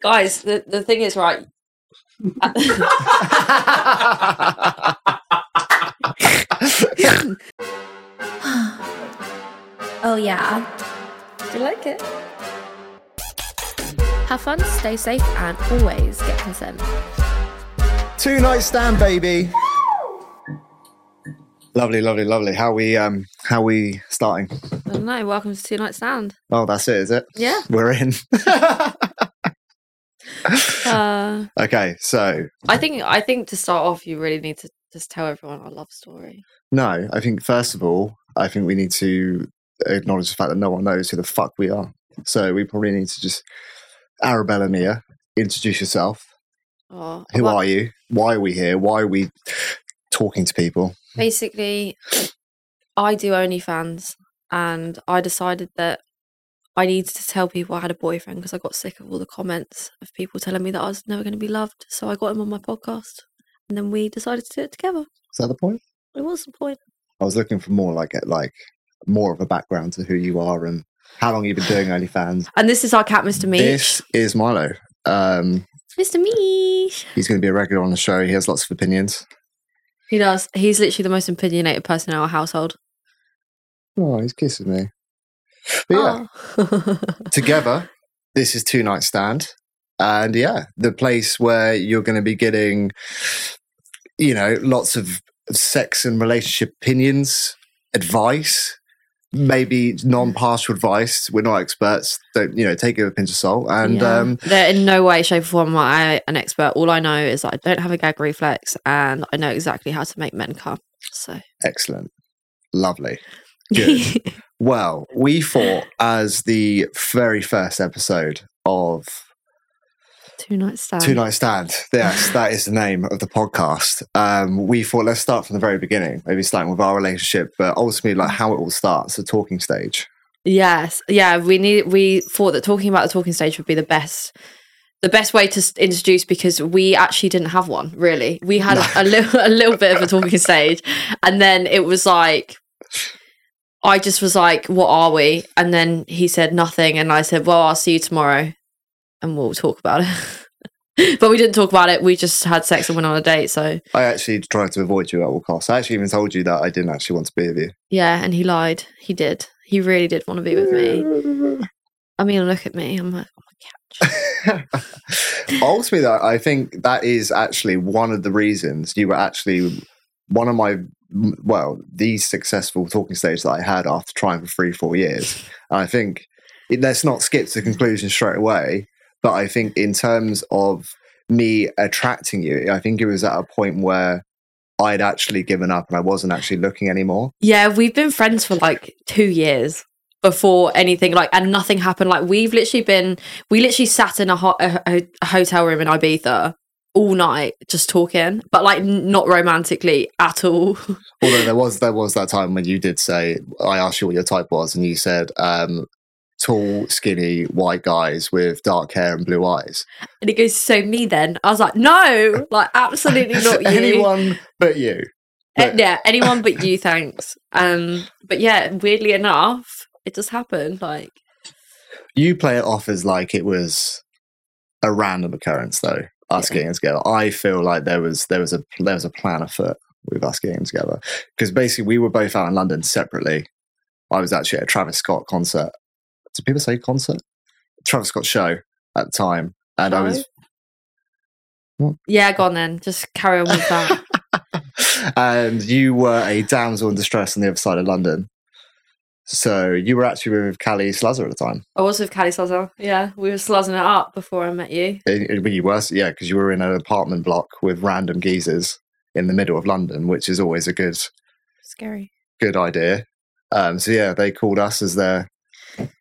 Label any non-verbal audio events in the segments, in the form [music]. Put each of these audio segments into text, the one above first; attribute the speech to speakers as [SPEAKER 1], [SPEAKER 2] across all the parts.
[SPEAKER 1] Guys, the, the thing is, right?
[SPEAKER 2] Oh, yeah.
[SPEAKER 1] Do you like it?
[SPEAKER 2] Have fun, stay safe, and always get consent.
[SPEAKER 3] [laughs] Two night stand, baby. Lovely, lovely, lovely. How we um how we starting?
[SPEAKER 2] I don't know. Welcome to Two Night
[SPEAKER 1] [laughs]
[SPEAKER 2] Stand.
[SPEAKER 3] Oh, that's it, is it?
[SPEAKER 2] Yeah.
[SPEAKER 3] We're in. [laughs]
[SPEAKER 2] Uh,
[SPEAKER 3] okay, so
[SPEAKER 2] I think I think to start off, you really need to just tell everyone our love story.
[SPEAKER 3] no, I think first of all, I think we need to acknowledge the fact that no one knows who the fuck we are. So we probably need to just Arabella Mia, introduce yourself.
[SPEAKER 2] Oh,
[SPEAKER 3] Who
[SPEAKER 2] well,
[SPEAKER 3] are you? Why are we here? Why are we talking to people?
[SPEAKER 2] Basically, [clears throat] I do OnlyFans, and I decided that I needed to tell people I had a boyfriend because I got sick of all the comments of people telling me that I was never going to be loved. So I got him on my podcast, and then we decided to do it together.
[SPEAKER 3] Is that the point?
[SPEAKER 2] It was the point.
[SPEAKER 3] I was looking for more like a- like more of a background to who you are and how long you've been doing OnlyFans.
[SPEAKER 2] And this is our cat, Mr. Meech.
[SPEAKER 3] This is Milo. Um,
[SPEAKER 2] Mr. Meesh.
[SPEAKER 3] he's going to be a regular on the show. He has lots of opinions.
[SPEAKER 2] He does. He's literally the most opinionated person in our household.
[SPEAKER 3] Oh, he's kissing me. But yeah,
[SPEAKER 2] Oh.
[SPEAKER 3] together, this is Two Night Stand. And yeah, the place where you're going to be getting, you know, lots of sex and relationship opinions, advice, maybe non partial advice. We're not experts. Don't, you know, take it with a pinch of salt. And
[SPEAKER 2] Yeah.
[SPEAKER 3] um,
[SPEAKER 2] They're in no way, shape, or form am I an expert. All I know is that I don't have a gag reflex and I know exactly how to make men come. So
[SPEAKER 3] excellent. Lovely. Good. Well, we thought as the very first episode of
[SPEAKER 2] [laughs] two nights stand.
[SPEAKER 3] Two Night Stand,
[SPEAKER 2] [laughs]
[SPEAKER 3] yes, that is the name of the podcast. Um, we thought let's start from the very beginning, maybe starting with our relationship, but ultimately like how it all starts, the talking stage.
[SPEAKER 2] Yes. Yeah, we need we thought that talking about the talking stage would be the best the best way to s- introduce because we actually didn't have one, really. We had a, a little a little bit of a talking stage and then it was like I just was like, "What are we?" And then he said nothing and I said, "Well, I'll see you tomorrow and we'll talk about it." [laughs] but we didn't talk about it. We just had sex and went on a date, so
[SPEAKER 3] I actually tried to avoid you at all costs. I actually even told you that I didn't actually want to be with you.
[SPEAKER 2] yeah, and he lied. He did. He really did want to be with me. I mean, look at me. I'm like, "Oh my couch."
[SPEAKER 3] ultimately though, I think that is actually one of the reasons you were actually one of my well, the successful talking stage that I had after trying for three, four years. And I think it, let's not skip to the conclusion straight away, but I think in terms of me attracting you, I think it was at a point where I'd actually given up and I wasn't actually looking anymore.
[SPEAKER 2] Yeah, we've been friends for like two years before anything like, and nothing happened. Like we've literally been, we literally sat in a, ho- a, ho- a hotel room in Ibiza all night just talking, but like n- not romantically at all. [laughs]
[SPEAKER 3] Although there was there was that time when you did say I asked you what your type was, and you said um, tall, skinny, white guys with dark hair and blue eyes.
[SPEAKER 2] And he goes, "So me then?" I was like, "No, like absolutely
[SPEAKER 3] [laughs]
[SPEAKER 2] not you."
[SPEAKER 3] Anyone but you.
[SPEAKER 2] Eh, yeah, anyone but you, thanks. Um, but yeah, weirdly enough, it just happened. Like,
[SPEAKER 3] You play it off as like it was a random occurrence, though. Us
[SPEAKER 2] Yeah.
[SPEAKER 3] getting together, I feel like there was there was a there was a plan afoot with us getting together because basically we were both out in London separately. I was actually at a Travis Scott concert. Did people say concert? Travis Scott show at the time, and I was
[SPEAKER 2] yeah, go on then, just carry on with that.
[SPEAKER 3] [laughs] and you were a damsel in distress on the other side of London. So you were actually with Callie Slazzer at the time.
[SPEAKER 2] I was with Callie Slazza. Yeah, we were sluzzing it up before I met you.
[SPEAKER 3] It, it, Eh, you were, yeah, because you were in an apartment block with random geezers in the middle of London, which is always a good
[SPEAKER 2] Scary.
[SPEAKER 3] good idea. Um, so yeah, they called us as their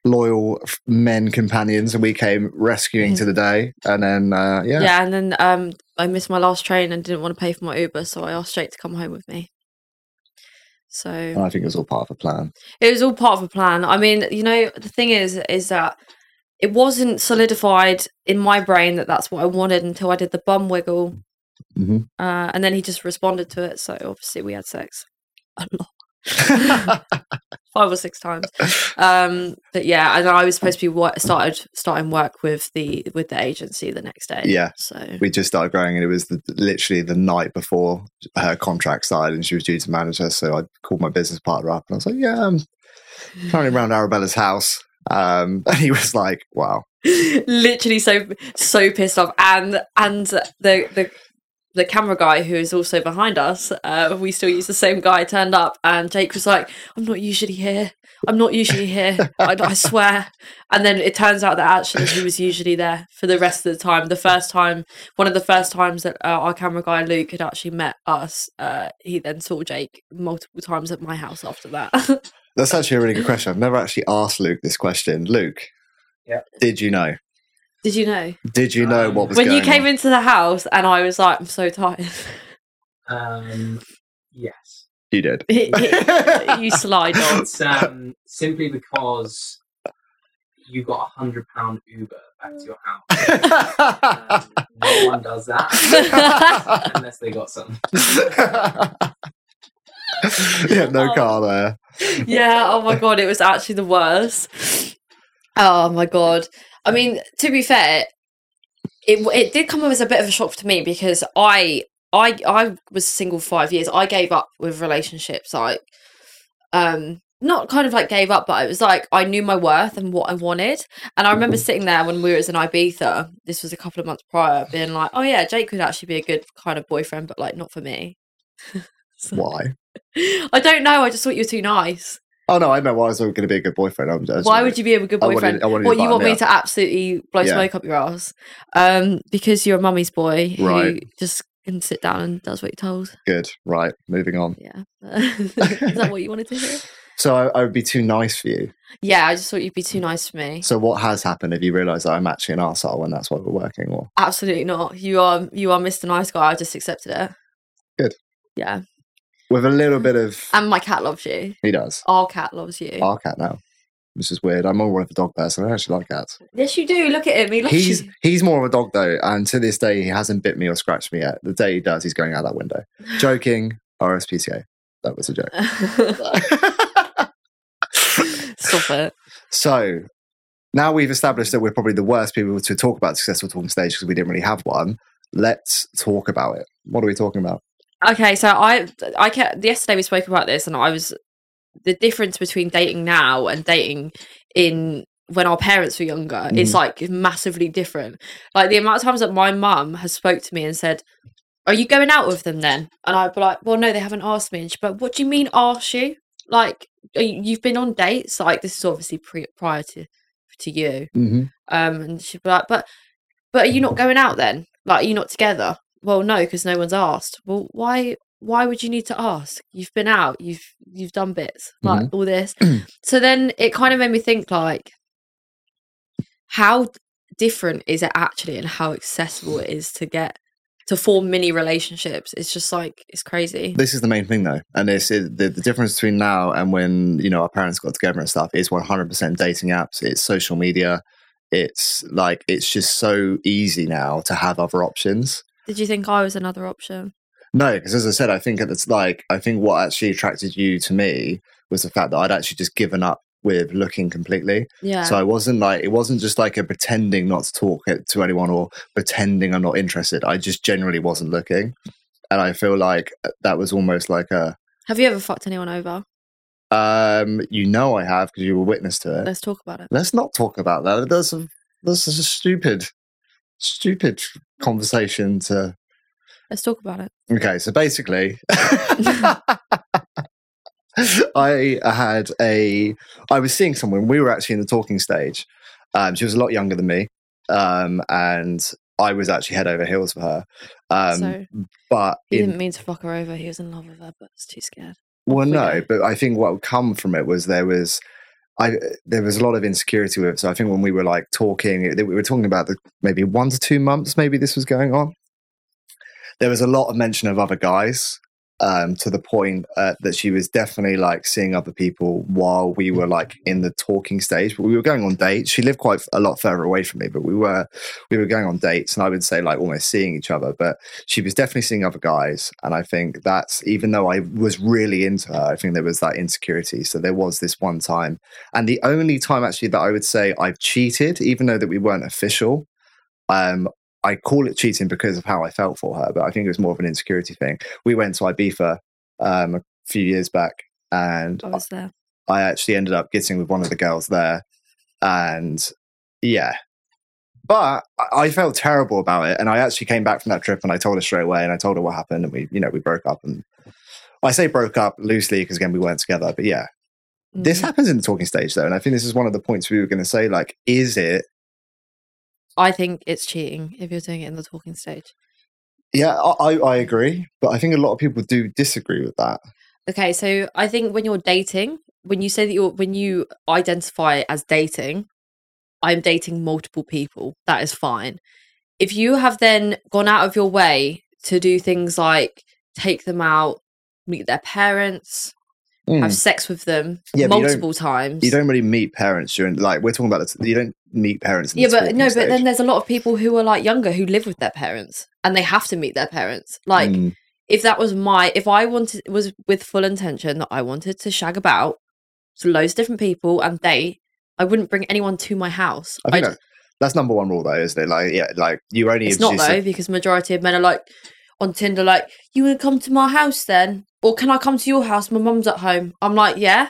[SPEAKER 3] loyal f- men companions, and we came rescuing to the day. And then uh,
[SPEAKER 2] Yeah.
[SPEAKER 3] yeah,
[SPEAKER 2] and then um, I missed my last train and didn't want to pay for my Uber, so I asked Jake to come home with me. So
[SPEAKER 3] and I think it was all part of a plan.
[SPEAKER 2] it was all part of a plan. I mean, you know, the thing is, is that it wasn't solidified in my brain that that's what I wanted until I did the bum wiggle,
[SPEAKER 3] Mhm.
[SPEAKER 2] uh, and then he just responded to it. So obviously we had sex a lot. five or six times. Um, but yeah, and I was supposed to be wo- started starting work with the with the agency the next day.
[SPEAKER 3] Yeah.
[SPEAKER 2] So
[SPEAKER 3] we just started growing, and it was the, literally the night before her contract started, and she was due to manage her. So I called my business partner up, and I was like, "Yeah, I'm currently around Arabella's house," um, [laughs] and he was like, "Wow,
[SPEAKER 2] literally so so pissed off and and the the the camera guy who is also behind us uh, we still use the same guy turned up and jake was like i'm not usually here i'm not usually here I, I swear and then it turns out that actually he was usually there for the rest of the time the first time one of the first times that uh, our camera guy luke had actually met us uh, he then saw jake multiple times at my house after that [laughs]
[SPEAKER 3] that's actually a really good question." I've never actually asked Luke this question. Luke,
[SPEAKER 4] Yeah.
[SPEAKER 3] did you know?
[SPEAKER 2] did you know
[SPEAKER 3] Did you know what was
[SPEAKER 2] when
[SPEAKER 3] going
[SPEAKER 2] you came
[SPEAKER 3] on?
[SPEAKER 2] into the house and i was like i'm so
[SPEAKER 3] [laughs]
[SPEAKER 2] tired [laughs]
[SPEAKER 4] Um, yes.
[SPEAKER 2] [laughs]
[SPEAKER 3] You did. [laughs]
[SPEAKER 2] you sly dog.
[SPEAKER 4] It's um, simply because you got a hundred pound Uber back to your house. Um, no one
[SPEAKER 3] [laughs]
[SPEAKER 4] does that unless they got some.
[SPEAKER 3] yeah, no
[SPEAKER 2] Oh.
[SPEAKER 3] car there.
[SPEAKER 2] yeah. Oh my god, it was actually the worst. Oh my god. I mean, to be fair, it it did come as a bit of a shock to me because I I I was single five years. I gave up with relationships. Like, um, not kind of like gave up, but it was like I knew my worth and what I wanted. And I remember sitting there when we were in Ibiza. This was a couple of months prior, being like, oh yeah, Jake would actually be a good kind of boyfriend, but like not for me. [laughs] So-
[SPEAKER 3] Why?
[SPEAKER 2] I don't know. I just thought you were too nice.
[SPEAKER 3] Oh no, I meant why I was going to be a good boyfriend. I'm just,
[SPEAKER 2] Why would you be a good
[SPEAKER 3] I wanted-
[SPEAKER 2] boyfriend?
[SPEAKER 3] I wanted to
[SPEAKER 2] what you
[SPEAKER 3] button
[SPEAKER 2] want
[SPEAKER 3] it
[SPEAKER 2] me
[SPEAKER 3] up.
[SPEAKER 2] to absolutely blow
[SPEAKER 3] Yeah.
[SPEAKER 2] smoke up your ass? Um, because you're a mummy's boy who
[SPEAKER 3] Right.
[SPEAKER 2] just can sit down and does what you're told.
[SPEAKER 3] Good. Right. Moving on.
[SPEAKER 2] Yeah, [laughs] is that what you wanted to
[SPEAKER 3] [laughs]
[SPEAKER 2] hear?
[SPEAKER 3] So I, I would be too nice for you.
[SPEAKER 2] Yeah, I just thought you'd be too nice for me.
[SPEAKER 3] So what has happened? Have you realised that I'm actually an arsehole and that's why we're working? Or
[SPEAKER 2] Absolutely not. You are you are Mr. Nice Guy. I just accepted it.
[SPEAKER 3] Good.
[SPEAKER 2] Yeah,
[SPEAKER 3] with a little bit of
[SPEAKER 2] and my cat loves you.
[SPEAKER 3] he does
[SPEAKER 2] Our cat loves you.
[SPEAKER 3] our cat now. This is weird. I'm more of a dog person. I don't actually like cats.
[SPEAKER 2] yes, you do. Look at him. He loves
[SPEAKER 3] He's
[SPEAKER 2] you.
[SPEAKER 3] he's more of a dog though, and to this day he hasn't bit me or scratched me yet. The day he does, he's going out that window. Joking. RSPCA. That was a joke.
[SPEAKER 2] [laughs]
[SPEAKER 3] [laughs]
[SPEAKER 2] Stop it.
[SPEAKER 3] So now we've established that we're probably the worst people to talk about successful talking stage because we didn't really have one. Let's talk about it. What are we talking about?
[SPEAKER 2] Okay, so I I kept yesterday we spoke about this and I was the difference between dating now and dating in when our parents were younger is like massively different. Like the amount of times that my mum has spoke to me and said, "Are you going out with them then?" And I'd be like, "Well, no, they haven't asked me." And she'd be like, "What do you mean ask you? Like are you- you've been on dates? Like this is obviously pre- prior to to you."
[SPEAKER 3] Mm-hmm.
[SPEAKER 2] Um, and she'd be like, "But, but are you not going out then? Like, are you not together?" Well, no, because no one's asked. Well, why? Why would you need to ask? You've been out. You've you've done bits like
[SPEAKER 3] Mm-hmm.
[SPEAKER 2] all
[SPEAKER 3] [clears throat]
[SPEAKER 2] this. so then it kind of made me think like, how d- different is it actually, and how accessible it is to get to form mini relationships? It's just like it's crazy.
[SPEAKER 3] This is the main thing though, and this is the, the difference between now and when you know our parents got together and stuff is 100% dating apps. It's social media. It's like it's just so easy now to have other options.
[SPEAKER 2] Did you think I was another option?
[SPEAKER 3] No, because as I said, I think it's like I think what actually attracted you to me was the fact that I'd actually just given up with looking completely.
[SPEAKER 2] Yeah.
[SPEAKER 3] So I wasn't like it wasn't just like a pretending not to talk it- to anyone or pretending I'm not interested. I just generally wasn't looking, and I feel like uh, that was almost like a
[SPEAKER 2] Have you ever fucked anyone over?
[SPEAKER 3] um, you know I have because you were witness to it.
[SPEAKER 2] Let's talk about it.
[SPEAKER 3] Let's not talk about that. That's a, that's a stupid, stupid conversation to.
[SPEAKER 2] Let's talk about it.
[SPEAKER 3] Okay, so basically, [laughs] I had a. I was seeing someone. We were actually in the talking stage. Um, she was a lot younger than me, um, and I was actually head over heels for her. Um,
[SPEAKER 2] so
[SPEAKER 3] but
[SPEAKER 2] he
[SPEAKER 3] in
[SPEAKER 2] didn't mean to fuck her over. He was in love with her, but was too scared.
[SPEAKER 3] well,
[SPEAKER 2] we
[SPEAKER 3] no,
[SPEAKER 2] go.
[SPEAKER 3] but I think what come from it was there was, I there was a lot of insecurity with it. So I think when we were like talking, it- we were talking about the maybe one to two months, maybe this was going on. There was a lot of mention of other guys, um, to the point uh, that she was definitely like seeing other people while we were like in the talking stage. But we were going on dates. She lived quite a lot further away from me, but we were we were going on dates, and I would say like almost seeing each other. But she was definitely seeing other guys, and I think that's even though I was really into her, I think there was that insecurity. So there was this one time, and the only time actually that I would say I've cheated, even though that we weren't official. Um, I call it cheating because of how I felt for her, but I think it was more of an insecurity thing. We went to Ibiza um, a few years back, and
[SPEAKER 2] I was there.
[SPEAKER 3] I actually ended up getting with one of the girls there, and yeah. But I- I felt terrible about it, and I actually came back from that trip and I told her straight away, and I told her what happened, and we, you know, we broke up. And I say broke up loosely because again we weren't together, but yeah, this
[SPEAKER 2] Mm.
[SPEAKER 3] happens in the talking stage though, and I think this is one of the points we were going to say. Like, is it
[SPEAKER 2] I think it's cheating if you're doing it in the talking stage.
[SPEAKER 3] Yeah, I, I I agree, but I think a lot of people do disagree with that.
[SPEAKER 2] Okay, so I think when you're dating, when you say that you're when you identify as dating, I'm dating multiple people. That is fine. If you have then gone out of your way to do things like take them out, meet their parents, have sex with them
[SPEAKER 3] Yeah, but you don't-
[SPEAKER 2] multiple times.
[SPEAKER 3] Hmm. You don't really meet parents during like we're talking about this. You don't meet parents. In
[SPEAKER 2] yeah,
[SPEAKER 3] the
[SPEAKER 2] but
[SPEAKER 3] talking
[SPEAKER 2] no, but
[SPEAKER 3] stage.
[SPEAKER 2] then there's a lot of people who are like younger who live with their parents and they have to meet their parents. Like
[SPEAKER 3] Mm,
[SPEAKER 2] if that was my if I wanted was with full intention that I wanted to shag about to loads of different people and date, I wouldn't bring anyone to my house.
[SPEAKER 3] I think
[SPEAKER 2] I'd-
[SPEAKER 3] that, that's number one rule, though, isn't it? Like, yeah, like you only
[SPEAKER 2] it's not
[SPEAKER 3] introduce
[SPEAKER 2] though because majority of men are like on Tinder, like you would come to my house then, or can I come to your house? My mum's at home. I'm like, yeah,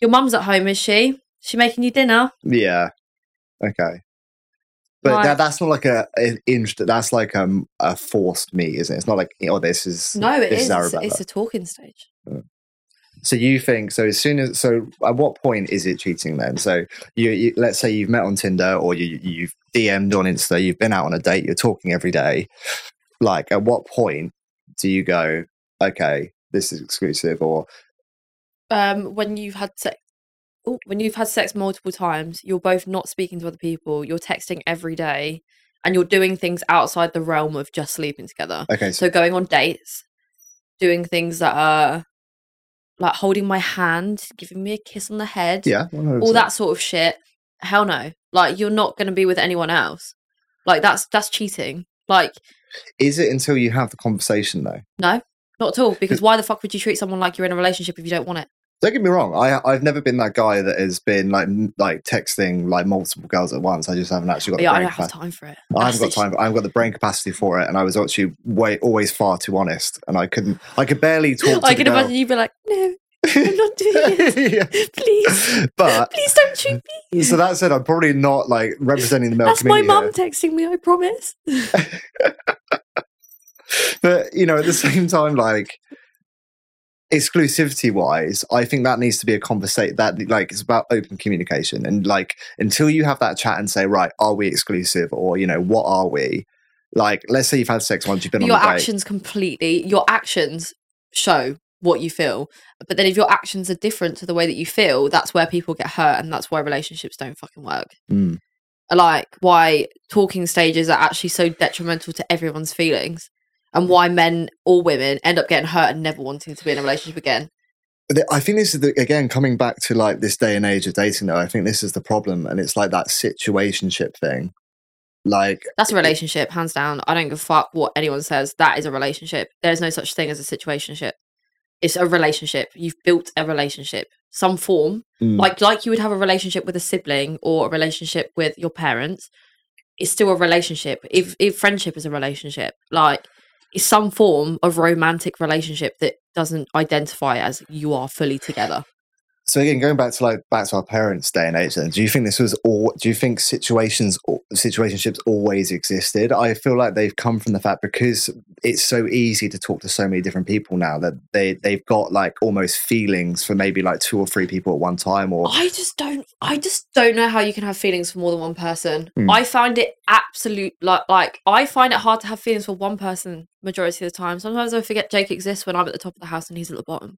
[SPEAKER 2] your mum's at home, is she? She making you dinner?
[SPEAKER 3] the- yeah, okay, but
[SPEAKER 2] Like-
[SPEAKER 3] that, that's not like a an inst- That's like um, a forced meet, isn't it? It's not like oh, this is
[SPEAKER 2] No, it
[SPEAKER 3] This is
[SPEAKER 2] is.
[SPEAKER 3] our
[SPEAKER 2] It's,
[SPEAKER 3] Rebecca.
[SPEAKER 2] it's a talking stage.
[SPEAKER 3] So you think so? As soon as so, at what point is it cheating then? So you, you let's say you've met on Tinder or you you've DM'd on Insta, you've been out on a date, you're talking every day. Like, at what point do you go, okay, this is exclusive, or
[SPEAKER 2] um when you've had sex oh, when you've had sex multiple times you're both not speaking to other people you're texting every day and you're doing things outside the realm of just sleeping together
[SPEAKER 3] okay, so
[SPEAKER 2] so going on dates doing things that are like holding my hand giving me a kiss on the head
[SPEAKER 3] yeah,
[SPEAKER 2] all that sort of shit hell no like you're not going to be with anyone else like that's that's cheating like
[SPEAKER 3] Is it until you have the conversation though?
[SPEAKER 2] not at all because why the fuck would you treat someone like you're in a relationship if you don't want it
[SPEAKER 3] Don't get me wrong. I I've never been that guy that has been like m- like texting like multiple girls at once. I just haven't actually got.
[SPEAKER 2] yeah
[SPEAKER 3] the
[SPEAKER 2] i
[SPEAKER 3] brain
[SPEAKER 2] don't have
[SPEAKER 3] capacity.
[SPEAKER 2] time for it
[SPEAKER 3] I
[SPEAKER 2] That's
[SPEAKER 3] haven't got
[SPEAKER 2] literally-
[SPEAKER 3] time. I haven't got the brain capacity for it, and I was actually way always far too honest, and I couldn't. I
[SPEAKER 2] [laughs]
[SPEAKER 3] could barely talk. To
[SPEAKER 2] I
[SPEAKER 3] the
[SPEAKER 2] can
[SPEAKER 3] girl.
[SPEAKER 2] imagine you be like, no, I'm not doing
[SPEAKER 3] [laughs]
[SPEAKER 2] it. Please,
[SPEAKER 3] Yeah. But
[SPEAKER 2] please don't shoot me.
[SPEAKER 3] so that said, I'm probably
[SPEAKER 2] [laughs]
[SPEAKER 3] not like representing the male
[SPEAKER 2] That's my
[SPEAKER 3] community
[SPEAKER 2] mum
[SPEAKER 3] here.
[SPEAKER 2] texting me. I promise.
[SPEAKER 3] But you know, at the same time, like exclusivity wise, I think that needs to be a conversation that like it's about open communication and like until you have that chat and say, right, are we exclusive or you know what are we? Like, let's say you've had sex once, you've been
[SPEAKER 2] Your
[SPEAKER 3] on a date.
[SPEAKER 2] actions completely. Your actions show what you feel. But then if your actions are different to the way that you feel, that's where people get hurt, and that's why relationships don't fucking work.
[SPEAKER 3] Mm.
[SPEAKER 2] Like why talking stages are actually so detrimental to everyone's feelings. And why men or women end up getting hurt and never wanting to be in a relationship again.
[SPEAKER 3] Th- I think this is the, again coming back to like this day and age of dating though. I think this is the problem, and it's like that situationship thing. Like,
[SPEAKER 2] That's a relationship, hands down. I don't give a fuck what anyone says. That is a relationship. There's no such thing as a situationship. It's a relationship. You've built a relationship, some form,
[SPEAKER 3] mm,
[SPEAKER 2] like like you would have a relationship with a sibling or a relationship with your parents. It's still a relationship. If if friendship is a relationship, like it's some form of romantic relationship that doesn't identify as you are fully together.
[SPEAKER 3] so again, going back to like back to our parents' day and age. Then, do you think this was all? Do you think situations, or situationships, always existed? I feel like they've come from the fact because it's so easy to talk to so many different people now that they they've got like almost feelings for maybe like two or three people at one time, or
[SPEAKER 2] I just don't. I just don't know how you can have feelings for more than one person.
[SPEAKER 3] Mm.
[SPEAKER 2] I find it absolute like like I find it hard to have feelings for one person majority of the time. Sometimes I forget Jake exists when I'm at the top of the house and he's at the bottom.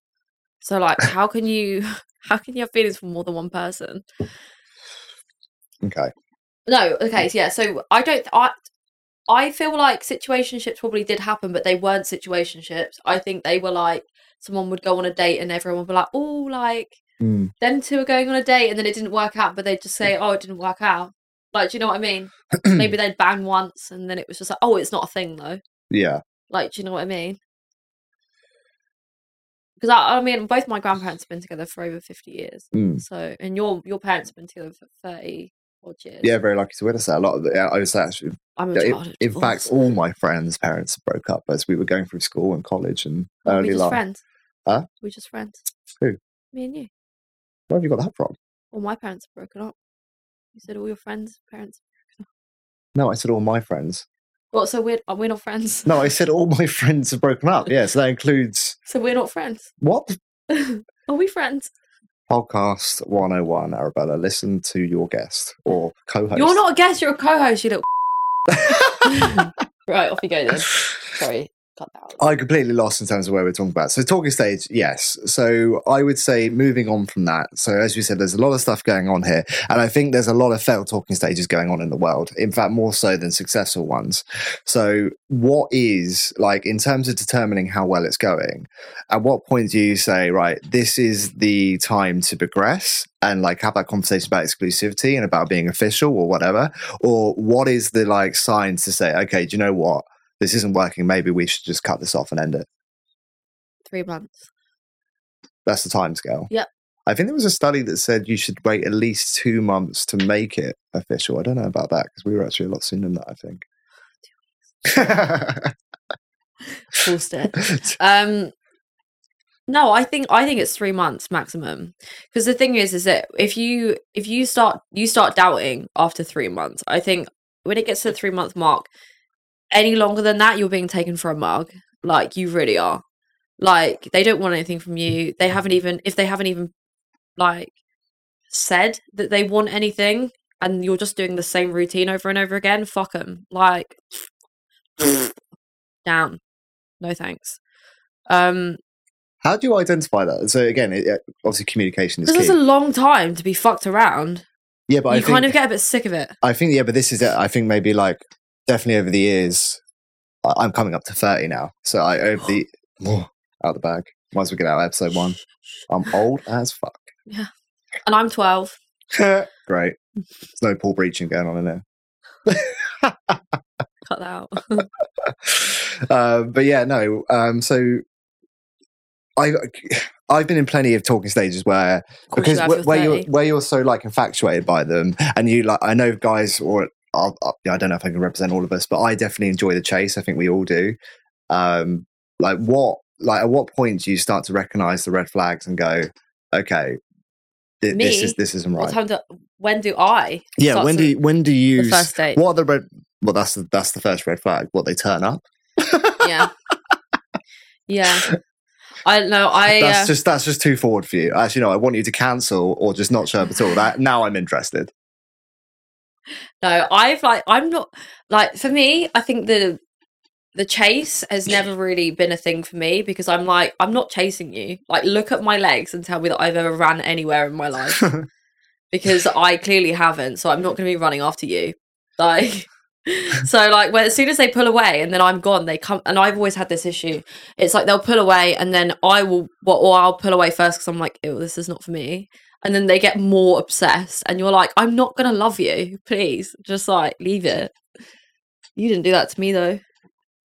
[SPEAKER 2] So like, how can you [laughs] how can you have feelings for more than one person?
[SPEAKER 3] okay,
[SPEAKER 2] No, okay, so yeah. So I don't. I I feel like situationships probably did happen, but they weren't situationships. I think they were like someone would go on a date and everyone would be like, oh, like
[SPEAKER 3] [clears throat] Mm.
[SPEAKER 2] them two are going on a date and then it didn't work out, but they'd just say, oh, it didn't work out. Like, do you know what I mean?
[SPEAKER 3] Hmm.
[SPEAKER 2] Maybe they'd bang once and then it was just like, oh, it's not a thing though.
[SPEAKER 3] Yeah.
[SPEAKER 2] Like, do you know what I mean? Because I, I mean, both my grandparents have been together for over fifty years.
[SPEAKER 3] Mm.
[SPEAKER 2] So, and your your parents have been together for thirty odd years.
[SPEAKER 3] Yeah, very lucky to witness that. A lot of the, yeah, I was actually,
[SPEAKER 2] I'm a
[SPEAKER 3] yeah,
[SPEAKER 2] child.
[SPEAKER 3] in, in fact, all my friends' parents broke up as we were going through school and college and
[SPEAKER 2] we
[SPEAKER 3] early
[SPEAKER 2] just
[SPEAKER 3] life.
[SPEAKER 2] friends.
[SPEAKER 3] Huh?
[SPEAKER 2] We just friends.
[SPEAKER 3] Who?
[SPEAKER 2] Me and you.
[SPEAKER 3] Where have you got that from?
[SPEAKER 2] Well, my parents have broken up. You said all your friends' parents.
[SPEAKER 3] No, I said all my friends.
[SPEAKER 2] Well, so we're uh, we're not friends. [laughs]
[SPEAKER 3] No, I said all my [laughs] friends have broken up. Yeah, so that includes
[SPEAKER 2] So we're not friends.
[SPEAKER 3] what?
[SPEAKER 2] Are we friends?
[SPEAKER 3] Podcast 101, Arabella. Listen to your guest or co host.
[SPEAKER 2] You're not a guest. You're a co-host. You little. [laughs] right, off you go then. Sorry, cut that out.
[SPEAKER 3] I completely lost in terms of where we're talking about. So talking stage, yes. So I would say moving on from that. So as you said, there's a lot of stuff going on here, and I think there's a lot of failed talking stages going on in the world. In fact, more so than successful ones. So what is like in terms of determining how well it's going? At what point do you say, right, this is the time to progress and like have that conversation about exclusivity and about being official or whatever? Or what is the like signs to say, okay, do you know what? this isn't working. Maybe we should just cut this off and end it.
[SPEAKER 2] Three months.
[SPEAKER 3] That's the time scale.
[SPEAKER 2] Yep.
[SPEAKER 3] I think there was a study that said you should wait at least two months to make it official. I don't know about that because we were actually a lot sooner than that, I think.
[SPEAKER 2] Forced it. [laughs] Um, no, I think I think it's three months maximum. Because the thing is, is that if you if you start you start doubting after three months, I think when it gets to the three month mark, any longer than that, you're being taken for a mug. Like you really are. Like they don't want anything from you. They haven't even if they haven't even like said that they want anything, and you're just doing the same routine over and over again. Fuck them. Like [sniffs] down. No thanks. Um,
[SPEAKER 3] [laughs] How do you identify that? So again, it, it- obviously communication is
[SPEAKER 2] Because
[SPEAKER 3] key.
[SPEAKER 2] it's a long time to be fucked around.
[SPEAKER 3] yeah, but I
[SPEAKER 2] you
[SPEAKER 3] think,
[SPEAKER 2] kind of get a bit sick of it.
[SPEAKER 3] I think yeah, but this is it. I think maybe like definitely over the years, I, I'm coming up to thirty now, so I over
[SPEAKER 2] [gasps]
[SPEAKER 3] the out of the bag. Might as well get out of episode one. I'm old as fuck.
[SPEAKER 2] And I'm 12.
[SPEAKER 3] [laughs] Great. There's no Paul breaching going on in there.
[SPEAKER 2] Cut that out.
[SPEAKER 3] Uh, but yeah, no. Um, so I, [sighs] I've been in plenty of talking stages where
[SPEAKER 2] Of course
[SPEAKER 3] because
[SPEAKER 2] you have,
[SPEAKER 3] where
[SPEAKER 2] you're
[SPEAKER 3] you're, where, you're
[SPEAKER 2] 30.
[SPEAKER 3] where you're so like infatuated by them, and you like I know guys or I'll, I'll, I don't know if I can represent all of us, but I definitely enjoy the chase. I think we all do. Um, like what like at what point do you start to recognize the red flags and go, okay, thi- this
[SPEAKER 2] Me?
[SPEAKER 3] is this isn't
[SPEAKER 2] What
[SPEAKER 3] right.
[SPEAKER 2] time do, when do I?
[SPEAKER 3] Yeah,
[SPEAKER 2] start
[SPEAKER 3] when
[SPEAKER 2] to-
[SPEAKER 3] do you, when do you
[SPEAKER 2] the
[SPEAKER 3] s-
[SPEAKER 2] first date?
[SPEAKER 3] What are the red? Well, that's the, that's the first red flag. What they turn up.
[SPEAKER 2] Yeah. yeah. I don't know. I.
[SPEAKER 3] That's
[SPEAKER 2] uh,
[SPEAKER 3] just that's just too forward for you. Actually, no, I want you to cancel or just not show up at all. That now I'm interested.
[SPEAKER 2] No, I've like I'm not like for me, I think the the chase has never really been a thing for me because I'm like I'm not chasing you. Like look at my legs and tell me that I've ever ran anywhere in my life because I clearly haven't, so I'm not going to be running after you. Like so like when as soon as they pull away and then I'm gone, they come and I've always had this issue. It's like they'll pull away and then I will well, or I'll pull away first cuz I'm like, "Oh, this is not for me." and then they get more obsessed and you're like i'm not gonna love you please just like leave it you didn't do that to me though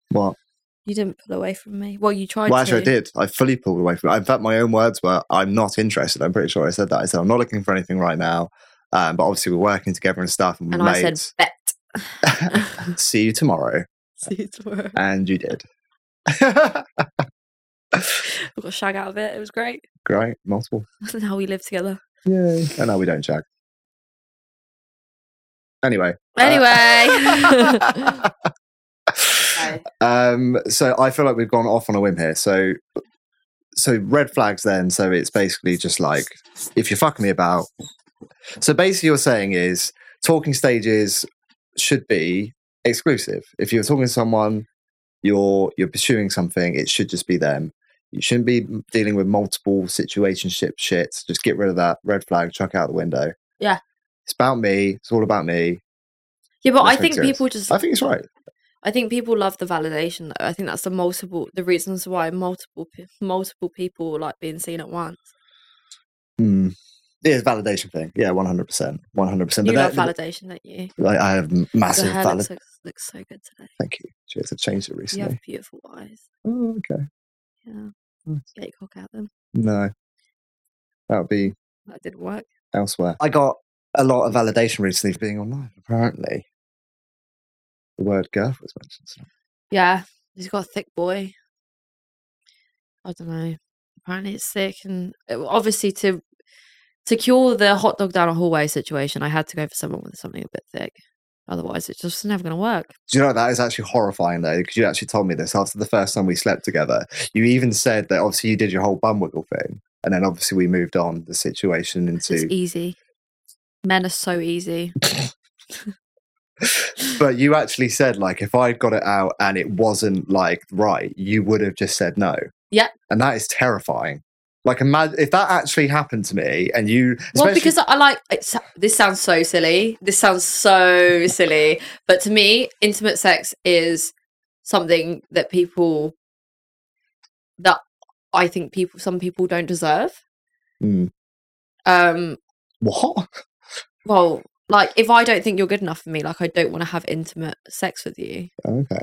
[SPEAKER 3] What?
[SPEAKER 2] you didn't pull away from me well you tried
[SPEAKER 3] Well,
[SPEAKER 2] to
[SPEAKER 3] actually, I did. I fully pulled away from it. In fact, my own words were, "I'm not interested." I'm pretty sure I said that. I said, "I'm not looking for anything right now." Um, but obviously, we're working together and stuff, and we
[SPEAKER 2] and
[SPEAKER 3] made.
[SPEAKER 2] i said bet
[SPEAKER 3] [laughs] See you tomorrow,
[SPEAKER 2] [laughs] See you tomorrow.
[SPEAKER 3] and you did. [laughs]
[SPEAKER 2] i got a shag out of it it was [laughs] great
[SPEAKER 3] Great, multiple.
[SPEAKER 2] and how we live together
[SPEAKER 3] Yay! And now we don't chat. Anyway.
[SPEAKER 2] [laughs]
[SPEAKER 3] Uh,
[SPEAKER 2] anyway
[SPEAKER 3] [laughs] um so i feel like we've gone off on a whim here so so red flags then so it's basically just like if you're fucking me about so basically you're saying is talking stages should be exclusive if you're talking to someone you're you're pursuing something it should just be them you shouldn't be dealing with multiple situationship shit just get rid of that red flag chuck out the window
[SPEAKER 2] Yeah.
[SPEAKER 3] it's about me it's all about me
[SPEAKER 2] yeah but i
[SPEAKER 3] Let's make
[SPEAKER 2] think
[SPEAKER 3] serious.
[SPEAKER 2] people just
[SPEAKER 3] i think it's right
[SPEAKER 2] I think people love the validation though. I think that's the multiple the reasons why multiple pe- multiple people like being seen at once.
[SPEAKER 3] Mm. Yeah, it's a validation thing. Yeah, one hundred percent, one hundred percent.
[SPEAKER 2] you
[SPEAKER 3] But
[SPEAKER 2] love
[SPEAKER 3] that,
[SPEAKER 2] validation, don't you?
[SPEAKER 3] like, I have massive
[SPEAKER 2] Your hair
[SPEAKER 3] validation.
[SPEAKER 2] looks, looks, looks so good today.
[SPEAKER 3] Thank you. She has changed it
[SPEAKER 2] You
[SPEAKER 3] recently.
[SPEAKER 2] have beautiful eyes.
[SPEAKER 3] Oh, okay.
[SPEAKER 2] Yeah.
[SPEAKER 3] Nice.
[SPEAKER 2] Get your cock out them.
[SPEAKER 3] No, that would be
[SPEAKER 2] That didn't work.
[SPEAKER 3] elsewhere. I got a lot of validation recently for being on live. Apparently, the word "girth" was mentioned. so-
[SPEAKER 2] Yeah, he's got a thick boy. I don't know. Apparently, it's thick, and uh, obviously to to cure the hot dog down a hallway situation, I had to go for someone with something a bit thick. Otherwise, it's just never going to work.
[SPEAKER 3] Do you know that is actually horrifying though? Because you actually told me this after the first time we slept together. You even said that obviously you did your whole bum wiggle thing, and then obviously we moved on the situation
[SPEAKER 2] It's
[SPEAKER 3] into.
[SPEAKER 2] easy. Men are so easy.
[SPEAKER 3] but you actually said like if I got it out and it wasn't like right, you would have just said no.
[SPEAKER 2] Yeah.
[SPEAKER 3] and that is terrifying. Like imagine if that actually happened to me, and you
[SPEAKER 2] Well,
[SPEAKER 3] especially-
[SPEAKER 2] because I like it's, this sounds so silly. This sounds
[SPEAKER 3] [laughs]
[SPEAKER 2] so silly, but to me, intimate sex is something that people that I think people some people don't deserve.
[SPEAKER 3] Mm.
[SPEAKER 2] Um,
[SPEAKER 3] what?
[SPEAKER 2] well, like if I don't think you're good enough for me, like I don't want to have intimate sex with you.
[SPEAKER 3] Okay,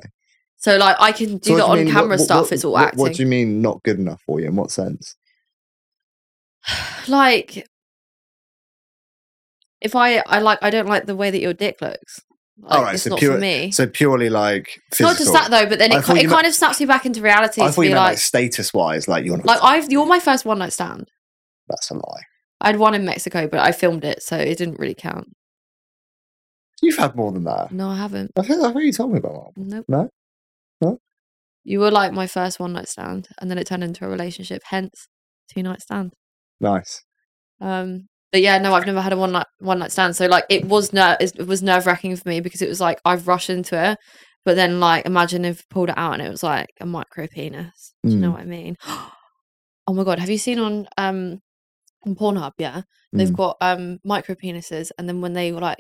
[SPEAKER 2] So like I can do
[SPEAKER 3] So
[SPEAKER 2] the
[SPEAKER 3] what you
[SPEAKER 2] on
[SPEAKER 3] mean,
[SPEAKER 2] camera
[SPEAKER 3] what- what-
[SPEAKER 2] stuff. it's all
[SPEAKER 3] what-
[SPEAKER 2] acting.
[SPEAKER 3] What do you mean not good enough for you? In what sense?
[SPEAKER 2] like if I I like I don't like the way that your dick looks. Like,
[SPEAKER 3] All right,
[SPEAKER 2] it's
[SPEAKER 3] so
[SPEAKER 2] not
[SPEAKER 3] pure-
[SPEAKER 2] for me.
[SPEAKER 3] So purely like physical.
[SPEAKER 2] Not just that though, but then
[SPEAKER 3] I
[SPEAKER 2] it,
[SPEAKER 3] thought
[SPEAKER 2] ki-
[SPEAKER 3] you
[SPEAKER 2] it
[SPEAKER 3] meant-
[SPEAKER 2] kind of snaps you back into reality.
[SPEAKER 3] I
[SPEAKER 2] to
[SPEAKER 3] thought
[SPEAKER 2] be
[SPEAKER 3] you meant like,
[SPEAKER 2] like,
[SPEAKER 3] status wise, like you're not.
[SPEAKER 2] like I've you're my first one night stand.
[SPEAKER 3] that's a lie.
[SPEAKER 2] I had one in Mexico, but I filmed it, so it didn't really count.
[SPEAKER 3] You've had more than that.
[SPEAKER 2] No, I haven't.
[SPEAKER 3] I think I think you told me about one.
[SPEAKER 2] Nope.
[SPEAKER 3] No? No?
[SPEAKER 2] You were like my first one night stand, and then it turned into a relationship. Hence, two night stand.
[SPEAKER 3] Nice.
[SPEAKER 2] Um, but yeah, no, I've never had a one night one night stand. So like, it was ner- it was nerve wracking for me because it was like I've rushed into it, but then like, imagine if I pulled it out and it was like a micro penis. Do you know
[SPEAKER 3] Mm.
[SPEAKER 2] what I mean? [gasps] oh my god, have you seen on um on Pornhub? Yeah, they've
[SPEAKER 3] Mm.
[SPEAKER 2] got um micro penises, and then when they like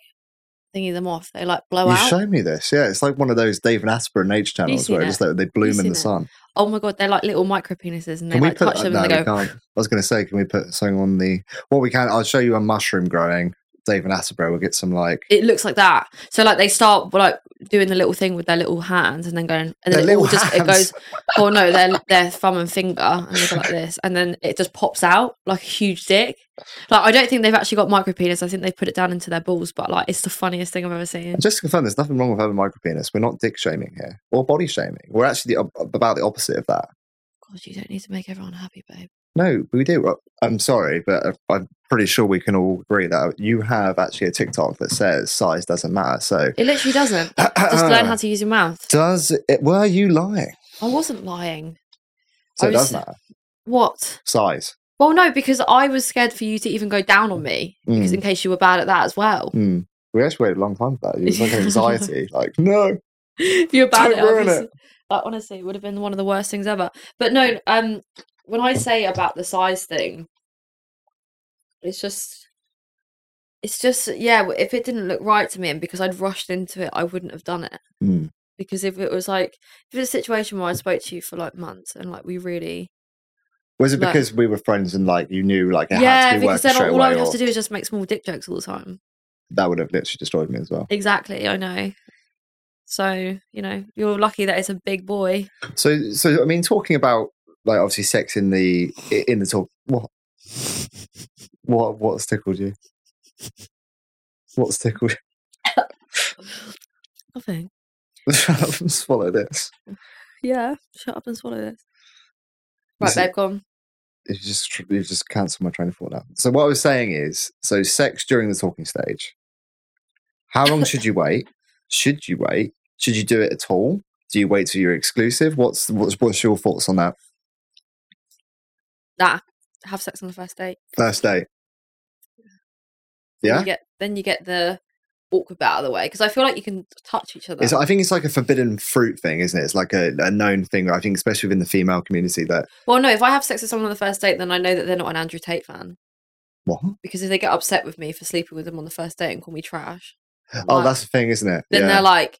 [SPEAKER 2] thingy them off, they like blow
[SPEAKER 3] you
[SPEAKER 2] out.
[SPEAKER 3] showed me this. Yeah, it's like one of those Dave and Asper and H channels
[SPEAKER 2] seen
[SPEAKER 3] where
[SPEAKER 2] it?
[SPEAKER 3] it's like they bloom
[SPEAKER 2] seen
[SPEAKER 3] in the
[SPEAKER 2] it?
[SPEAKER 3] sun.
[SPEAKER 2] oh my god, they're like little micro penises, and they
[SPEAKER 3] Can we
[SPEAKER 2] like
[SPEAKER 3] put?
[SPEAKER 2] touch
[SPEAKER 3] Uh,
[SPEAKER 2] them
[SPEAKER 3] no,
[SPEAKER 2] and
[SPEAKER 3] we
[SPEAKER 2] they
[SPEAKER 3] can't.
[SPEAKER 2] go.
[SPEAKER 3] I was going to say, can we put something on the? Well, we can. I'll show you a mushroom growing. Dave and Attenborough will get some like.
[SPEAKER 2] It looks like that. So like they start like doing the little thing with their little hands, and then going, and
[SPEAKER 3] Their
[SPEAKER 2] then it all
[SPEAKER 3] little
[SPEAKER 2] just it
[SPEAKER 3] hands.
[SPEAKER 2] goes. Oh no, their their thumb and finger, and they go like this, and then it just pops out like a huge dick. Like I don't think they've actually got micro penis. I think they put it down into their balls, but like it's the funniest thing I've ever seen.
[SPEAKER 3] And just to confirm, there's nothing wrong with having micro penis. We're not dick shaming here or body shaming. We're actually the, ob- about the opposite of that.
[SPEAKER 2] God, you don't need to make everyone happy, babe.
[SPEAKER 3] No, we do. I- I'm sorry, but uh, I'm pretty sure we can all agree that you have actually a TikTok that says size doesn't matter. So
[SPEAKER 2] It literally doesn't.
[SPEAKER 3] Uh,
[SPEAKER 2] Just learn how to use your mouth.
[SPEAKER 3] [clears throat] Does it? Were you lying?
[SPEAKER 2] I wasn't lying.
[SPEAKER 3] So
[SPEAKER 2] I
[SPEAKER 3] it
[SPEAKER 2] was-
[SPEAKER 3] does matter.
[SPEAKER 2] What?
[SPEAKER 3] Size.
[SPEAKER 2] Well, no, because I was scared for you to even go down on me, because in case you were bad at that as well.
[SPEAKER 3] Mm. We actually waited a long time for that. It
[SPEAKER 2] [laughs]
[SPEAKER 3] was like an anxiety. like no.
[SPEAKER 2] if you're bad at
[SPEAKER 3] Don't
[SPEAKER 2] it,
[SPEAKER 3] ruin it.
[SPEAKER 2] obviously- like honestly, it would have been one of the worst things ever. But no, um, when I say about the size thing, it's just, it's just, yeah. w- If it didn't look right to me, and because I'd rushed into it, I wouldn't have done it.
[SPEAKER 3] Mm.
[SPEAKER 2] Because if it was like, if it was a situation where I spoke to you for like months and like we really,
[SPEAKER 3] Was it
[SPEAKER 2] No.
[SPEAKER 3] because we were friends and like you knew like it had
[SPEAKER 2] yeah,
[SPEAKER 3] to be
[SPEAKER 2] because
[SPEAKER 3] worked
[SPEAKER 2] then
[SPEAKER 3] straight
[SPEAKER 2] all I
[SPEAKER 3] away,
[SPEAKER 2] would have
[SPEAKER 3] or
[SPEAKER 2] to do is just make small dick jokes all the time.
[SPEAKER 3] that would have literally destroyed me as well.
[SPEAKER 2] Exactly, I know. So you know, you're lucky that it's a big boy.
[SPEAKER 3] So, so I mean, talking about like obviously sex in the i- in the talk. What? What? What's tickled you? What's tickled?
[SPEAKER 2] Nothing.
[SPEAKER 3] you? [laughs] Swallow this.
[SPEAKER 2] Yeah, shut up and swallow this.
[SPEAKER 3] This
[SPEAKER 2] Right,
[SPEAKER 3] is-
[SPEAKER 2] babe, go on.
[SPEAKER 3] you just tr- you just cancel my train of thought now. So what I was saying is, so sex during the talking stage. How long should you wait? Should you wait? Should you do it at all? Do you wait till you're exclusive? What's what's what's your thoughts on that
[SPEAKER 2] Have sex on the first date.
[SPEAKER 3] first date?
[SPEAKER 2] Then
[SPEAKER 3] Yeah,
[SPEAKER 2] You get, then you get the awkward bit out of the way because I feel like you can touch each other.
[SPEAKER 3] it's, I think it's like a forbidden fruit thing, isn't it? It's like a, a known thing. I think, especially within the female community, that
[SPEAKER 2] well, no, if I have sex with someone on the first date, then I know that they're not an Andrew Tate fan
[SPEAKER 3] what? Oh,
[SPEAKER 2] because if they get upset with me for sleeping with them on the first date and call me trash,
[SPEAKER 3] Oh,
[SPEAKER 2] Like-
[SPEAKER 3] that's the thing, isn't it?
[SPEAKER 2] then
[SPEAKER 3] yeah.
[SPEAKER 2] they're like,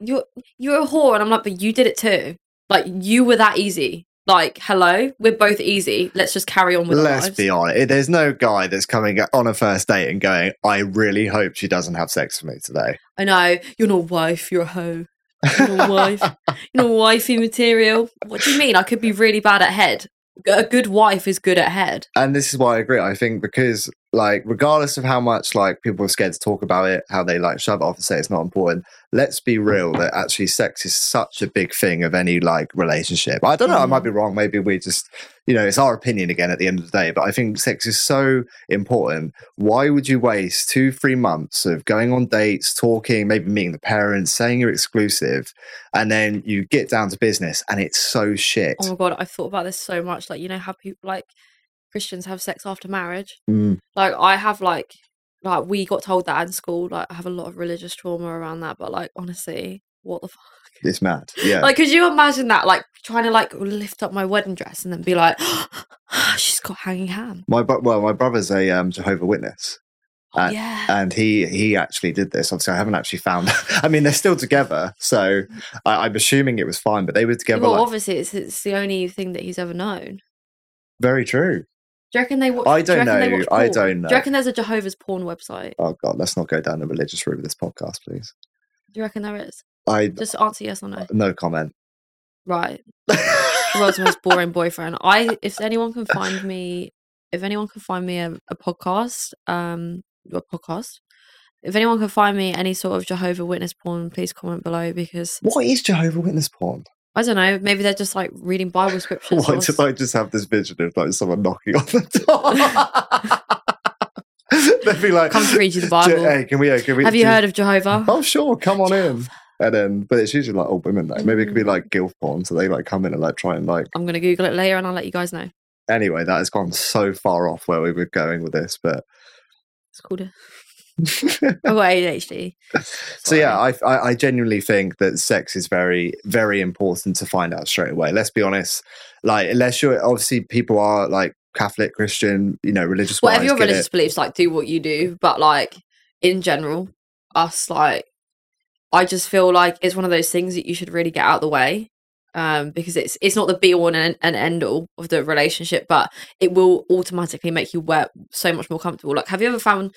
[SPEAKER 2] you're you're a whore, and I'm like, but you did it too. Like you were that easy. Like, hello, we're both easy. Let's just carry on with our
[SPEAKER 3] Let's
[SPEAKER 2] lives.
[SPEAKER 3] be honest. There's no guy that's coming on a first date and going, I really hope she doesn't have sex with me today.
[SPEAKER 2] I know you're not a wife. You're a hoe. You're not a wife. You're not wifey material. What do you mean? I could be really bad at head. A good wife is good at head.
[SPEAKER 3] and this is why I agree. I think because like regardless of how much like people are scared to talk about it, how they like shove it off and say it's not important, let's be real that actually sex is such a big thing of any like relationship. I don't know, I might be wrong. Maybe we just you know, it's our opinion again at the end of the day, but I think sex is so important. Why would you waste two, three months of going on dates, talking, maybe meeting the parents, saying you're exclusive, and then you get down to business and it's so shit?
[SPEAKER 2] Oh my god, I thought about this so much. Like, you know how people like Christians have sex after marriage.
[SPEAKER 3] Mm.
[SPEAKER 2] Like, I have like like we got told that in school. Like, I have a lot of religious trauma around that. But like, honestly, what the fuck?
[SPEAKER 3] It's mad. Yeah.
[SPEAKER 2] Like, could you imagine that? Like, trying to like lift up my wedding dress and then be like, [gasps] she's got hanging ham. Oh,
[SPEAKER 3] My bro- well, my brother's a um, Jehovah Witness, Uh,
[SPEAKER 2] yeah.
[SPEAKER 3] and he he actually did this. Obviously, I haven't actually found. [laughs] I mean, they're still together, so I, I'm assuming it was fine. But they were together.
[SPEAKER 2] well,
[SPEAKER 3] like,
[SPEAKER 2] obviously, it's it's the only thing that he's ever known.
[SPEAKER 3] very true.
[SPEAKER 2] Do you reckon they watch?
[SPEAKER 3] I
[SPEAKER 2] do you
[SPEAKER 3] don't
[SPEAKER 2] reckon they
[SPEAKER 3] know,
[SPEAKER 2] watch
[SPEAKER 3] I
[SPEAKER 2] porn?
[SPEAKER 3] don't
[SPEAKER 2] Do
[SPEAKER 3] know.
[SPEAKER 2] you reckon there's a Jehovah's porn website?
[SPEAKER 3] Oh God, let's not go down the religious route with this podcast, please.
[SPEAKER 2] Do you reckon there is?
[SPEAKER 3] I
[SPEAKER 2] Just answer yes or no.
[SPEAKER 3] no comment.
[SPEAKER 2] Right. world's most boring boyfriend. I if anyone can find me if anyone can find me a, a podcast, um a podcast. If anyone can find me any sort of Jehovah Witness porn, please comment below because
[SPEAKER 3] [laughs] what is Jehovah Witness
[SPEAKER 2] [laughs]
[SPEAKER 3] porn?
[SPEAKER 2] I don't know, maybe they're just like reading Bible
[SPEAKER 3] [laughs]
[SPEAKER 2] scriptures.
[SPEAKER 3] Why
[SPEAKER 2] or
[SPEAKER 3] did
[SPEAKER 2] s-
[SPEAKER 3] I just have this vision of like someone knocking on the
[SPEAKER 2] [laughs]
[SPEAKER 3] door? [laughs] They'd be like,
[SPEAKER 2] Come to read you
[SPEAKER 3] [laughs]
[SPEAKER 2] the
[SPEAKER 3] "Je-
[SPEAKER 2] Bible."
[SPEAKER 3] Hey, can we? uh, Can we?
[SPEAKER 2] Have you
[SPEAKER 3] do-
[SPEAKER 2] heard of Jehovah?
[SPEAKER 3] [laughs] Oh sure, come on in. And then, but it's usually like old women though. Maybe
[SPEAKER 2] Mm.
[SPEAKER 3] it could be like guilt porn, so they like come in and like try and like.
[SPEAKER 2] I'm gonna Google it later and I'll let you guys know.
[SPEAKER 3] Anyway, that has gone so far off where we were going with this, but [laughs]
[SPEAKER 2] It's called a I've got ADHD.
[SPEAKER 3] [laughs] so yeah, I, I I genuinely think that sex is very very important to find out straight away. Let's be honest, like unless you're obviously people are like Catholic, Christian, you know, religious.
[SPEAKER 2] Whatever
[SPEAKER 3] wise,
[SPEAKER 2] your
[SPEAKER 3] get
[SPEAKER 2] religious
[SPEAKER 3] it.
[SPEAKER 2] beliefs, like do what you do. But like in general, us like I just feel like it's one of those things that you should really get out of the way. Um, because it's it's not the be all and, and end all of the relationship, but it will automatically make you wear so much more comfortable. Like, have you ever found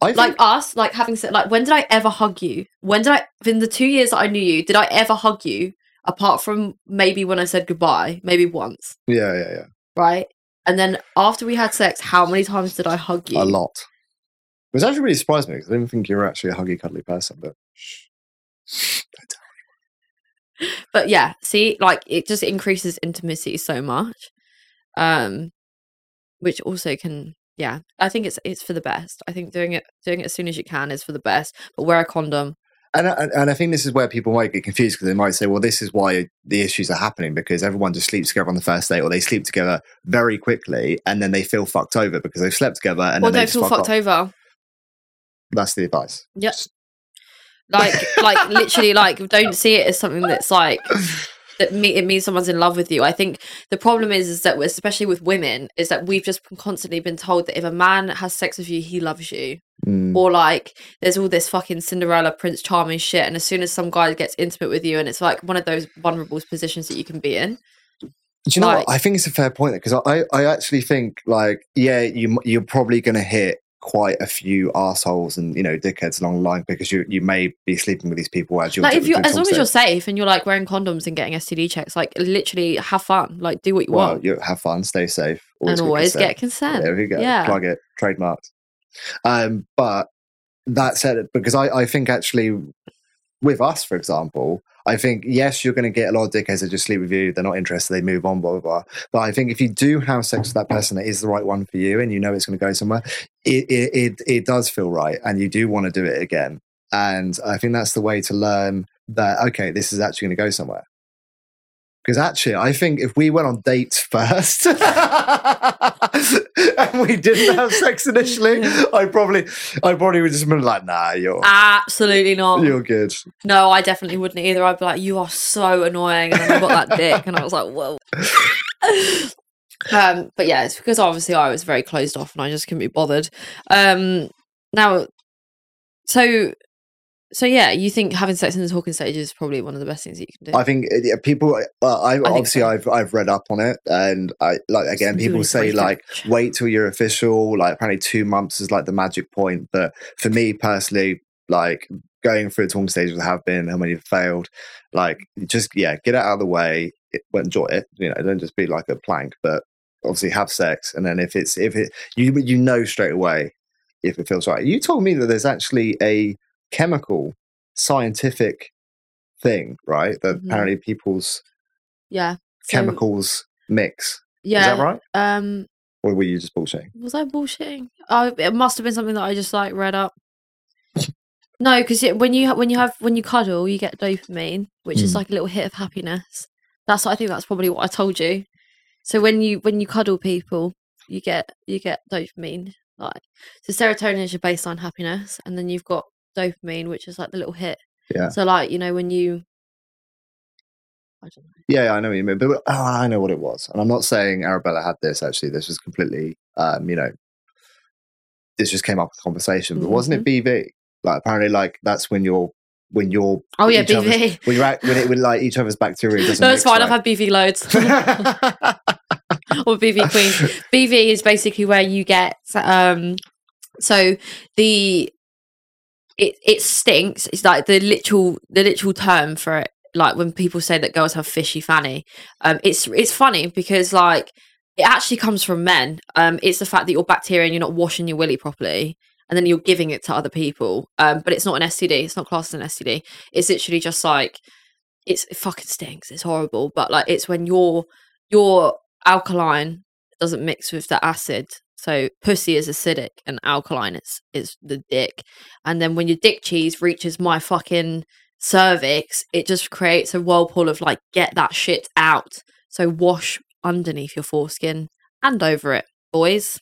[SPEAKER 3] I think,
[SPEAKER 2] like us, like having said like when did I ever hug you? When did I in the two years that I knew you, did I ever hug you apart from maybe when I said goodbye, maybe once,
[SPEAKER 3] yeah, yeah, yeah,
[SPEAKER 2] right? And then after we had sex, how many times did I hug you?
[SPEAKER 3] a lot. It was actually really surprised me because I didn't think you were actually a huggy cuddly person,
[SPEAKER 2] [laughs]
[SPEAKER 3] but
[SPEAKER 2] but yeah see like it just increases intimacy so much um which also can yeah i think it's it's for the best i think doing it doing it as soon as you can is for the best but wear a condom
[SPEAKER 3] And I, and I think this is where people might get confused because they might say, well, this is why the issues are happening because everyone just sleeps together on the first date or they sleep together very quickly and then they feel fucked over because they've slept together and
[SPEAKER 2] or
[SPEAKER 3] then they
[SPEAKER 2] don't
[SPEAKER 3] just
[SPEAKER 2] feel
[SPEAKER 3] fuck
[SPEAKER 2] fucked
[SPEAKER 3] off.
[SPEAKER 2] over
[SPEAKER 3] That's the advice.
[SPEAKER 2] Yep. like like literally like don't see it as something that's
[SPEAKER 3] [laughs]
[SPEAKER 2] like that me- it means someone's in love with you i think the problem is is that especially with women is that we've just constantly been told that if a man has sex with you he loves you
[SPEAKER 3] Mm.
[SPEAKER 2] or like there's all this fucking Cinderella Prince Charming shit, and as soon as some guy gets intimate with you, and it's like one of those vulnerable positions that you can be in.
[SPEAKER 3] Do you know
[SPEAKER 2] Like-
[SPEAKER 3] what? I think it's a fair point because I, I actually think like yeah you m- you're probably going to hit quite a few assholes and you know dickheads along the line because you you may be sleeping with these people as you're
[SPEAKER 2] like
[SPEAKER 3] do-
[SPEAKER 2] if you,
[SPEAKER 3] doing
[SPEAKER 2] as long as you're
[SPEAKER 3] something.
[SPEAKER 2] safe and you're like wearing condoms and getting STD checks, like literally have fun, like do what you
[SPEAKER 3] well
[SPEAKER 2] want,
[SPEAKER 3] you have fun stay safe
[SPEAKER 2] and
[SPEAKER 3] be
[SPEAKER 2] always
[SPEAKER 3] concerned.
[SPEAKER 2] get consent.
[SPEAKER 3] There we go.
[SPEAKER 2] Yeah.
[SPEAKER 3] Plug it. Trademarked. Um, but that said, because I, I think actually with us, for example, I think yes, you're going to get a lot of dickheads that just sleep with you. They're not interested. They move on, blah blah blah. But I think if you do have sex with that person that is the right one for you, and you know it's going to go somewhere, it it it, it does feel right, and you do want to do it again. And I think that's the way to learn that okay, this is actually going to go somewhere. Because actually, I think if we went on dates first [laughs] and we didn't have sex initially, I probably, I probably would just been like, "Nah, you're
[SPEAKER 2] Absolutely not.
[SPEAKER 3] you're good."
[SPEAKER 2] No, I definitely wouldn't either. I'd be like, you are so annoying. And then I got that dick and I was like, whoa. um, but yeah, it's because obviously I was very closed off and I just couldn't be bothered. Um, now, so So yeah, you think having sex in the talking stage is probably one of the best things that you can do.
[SPEAKER 3] I think uh, yeah, people. Uh, I, obviously
[SPEAKER 2] so.
[SPEAKER 3] I've I've read up on it, and I like again.
[SPEAKER 2] Some
[SPEAKER 3] People
[SPEAKER 2] really
[SPEAKER 3] say
[SPEAKER 2] great
[SPEAKER 3] like
[SPEAKER 2] research.
[SPEAKER 3] wait till you're official. Like apparently two months is like the magic point. But for me personally, like going through a talking stage with have been and when you've failed, like just yeah, get it out of the way. It, well, enjoy it. You know, don't just be like a plank. But obviously have sex, and then if it's if it you you know straight away if it feels right. You told me that there's actually a chemical scientific thing, right? That
[SPEAKER 2] Mhm.
[SPEAKER 3] apparently people's
[SPEAKER 2] yeah. So-
[SPEAKER 3] chemicals mix. Is
[SPEAKER 2] Yeah.
[SPEAKER 3] that right?
[SPEAKER 2] Um.
[SPEAKER 3] Or were you just bullshitting?
[SPEAKER 2] Was I bullshitting? Oh, it must have been something that I just like read up. No, because when you ha- when you have when you cuddle, you get dopamine, which is
[SPEAKER 3] Mm.
[SPEAKER 2] like a little hit of happiness. That's I think that's probably what I told you. So when you when you cuddle people, you get you get dopamine. Like so, serotonin is your baseline happiness, and then you've got dopamine, which is like the little hit.
[SPEAKER 3] Yeah.
[SPEAKER 2] So like you know when you, I don't know.
[SPEAKER 3] Yeah, yeah, I know what you mean. But oh, I know what it was. And I'm not saying Arabella had this actually. This was completely um, you know, this just came up with conversation. But wasn't
[SPEAKER 2] Mm-hmm.
[SPEAKER 3] it BV? Like apparently like that's when you're when you're
[SPEAKER 2] Oh yeah,
[SPEAKER 3] each other's- [laughs]
[SPEAKER 2] BV.
[SPEAKER 3] when you're at, when it when like each other's bacteria doesn't
[SPEAKER 2] No, it's
[SPEAKER 3] mix
[SPEAKER 2] fine. I've had
[SPEAKER 3] right.
[SPEAKER 2] BV
[SPEAKER 3] [laughs]
[SPEAKER 2] loads. [laughs] or BV Queen. BV is basically where you get um so the it it stinks. It's like the literal the literal term for it. Like when people say that girls have fishy fanny, um, it's it's funny because like it actually comes from men. Um, it's the fact that you're bacteria and you're not washing your willy properly, and then you're giving it to other people. Um, but it's not an STD. It's not classed as an STD. It's literally just like it's it fucking stinks. It's horrible. But like it's when your your alkaline doesn't mix with the acid. So pussy is acidic and alkaline is is the dick. And then when your dick cheese reaches my fucking cervix, it just creates a whirlpool of like get that shit out. So wash underneath your foreskin and over it, boys.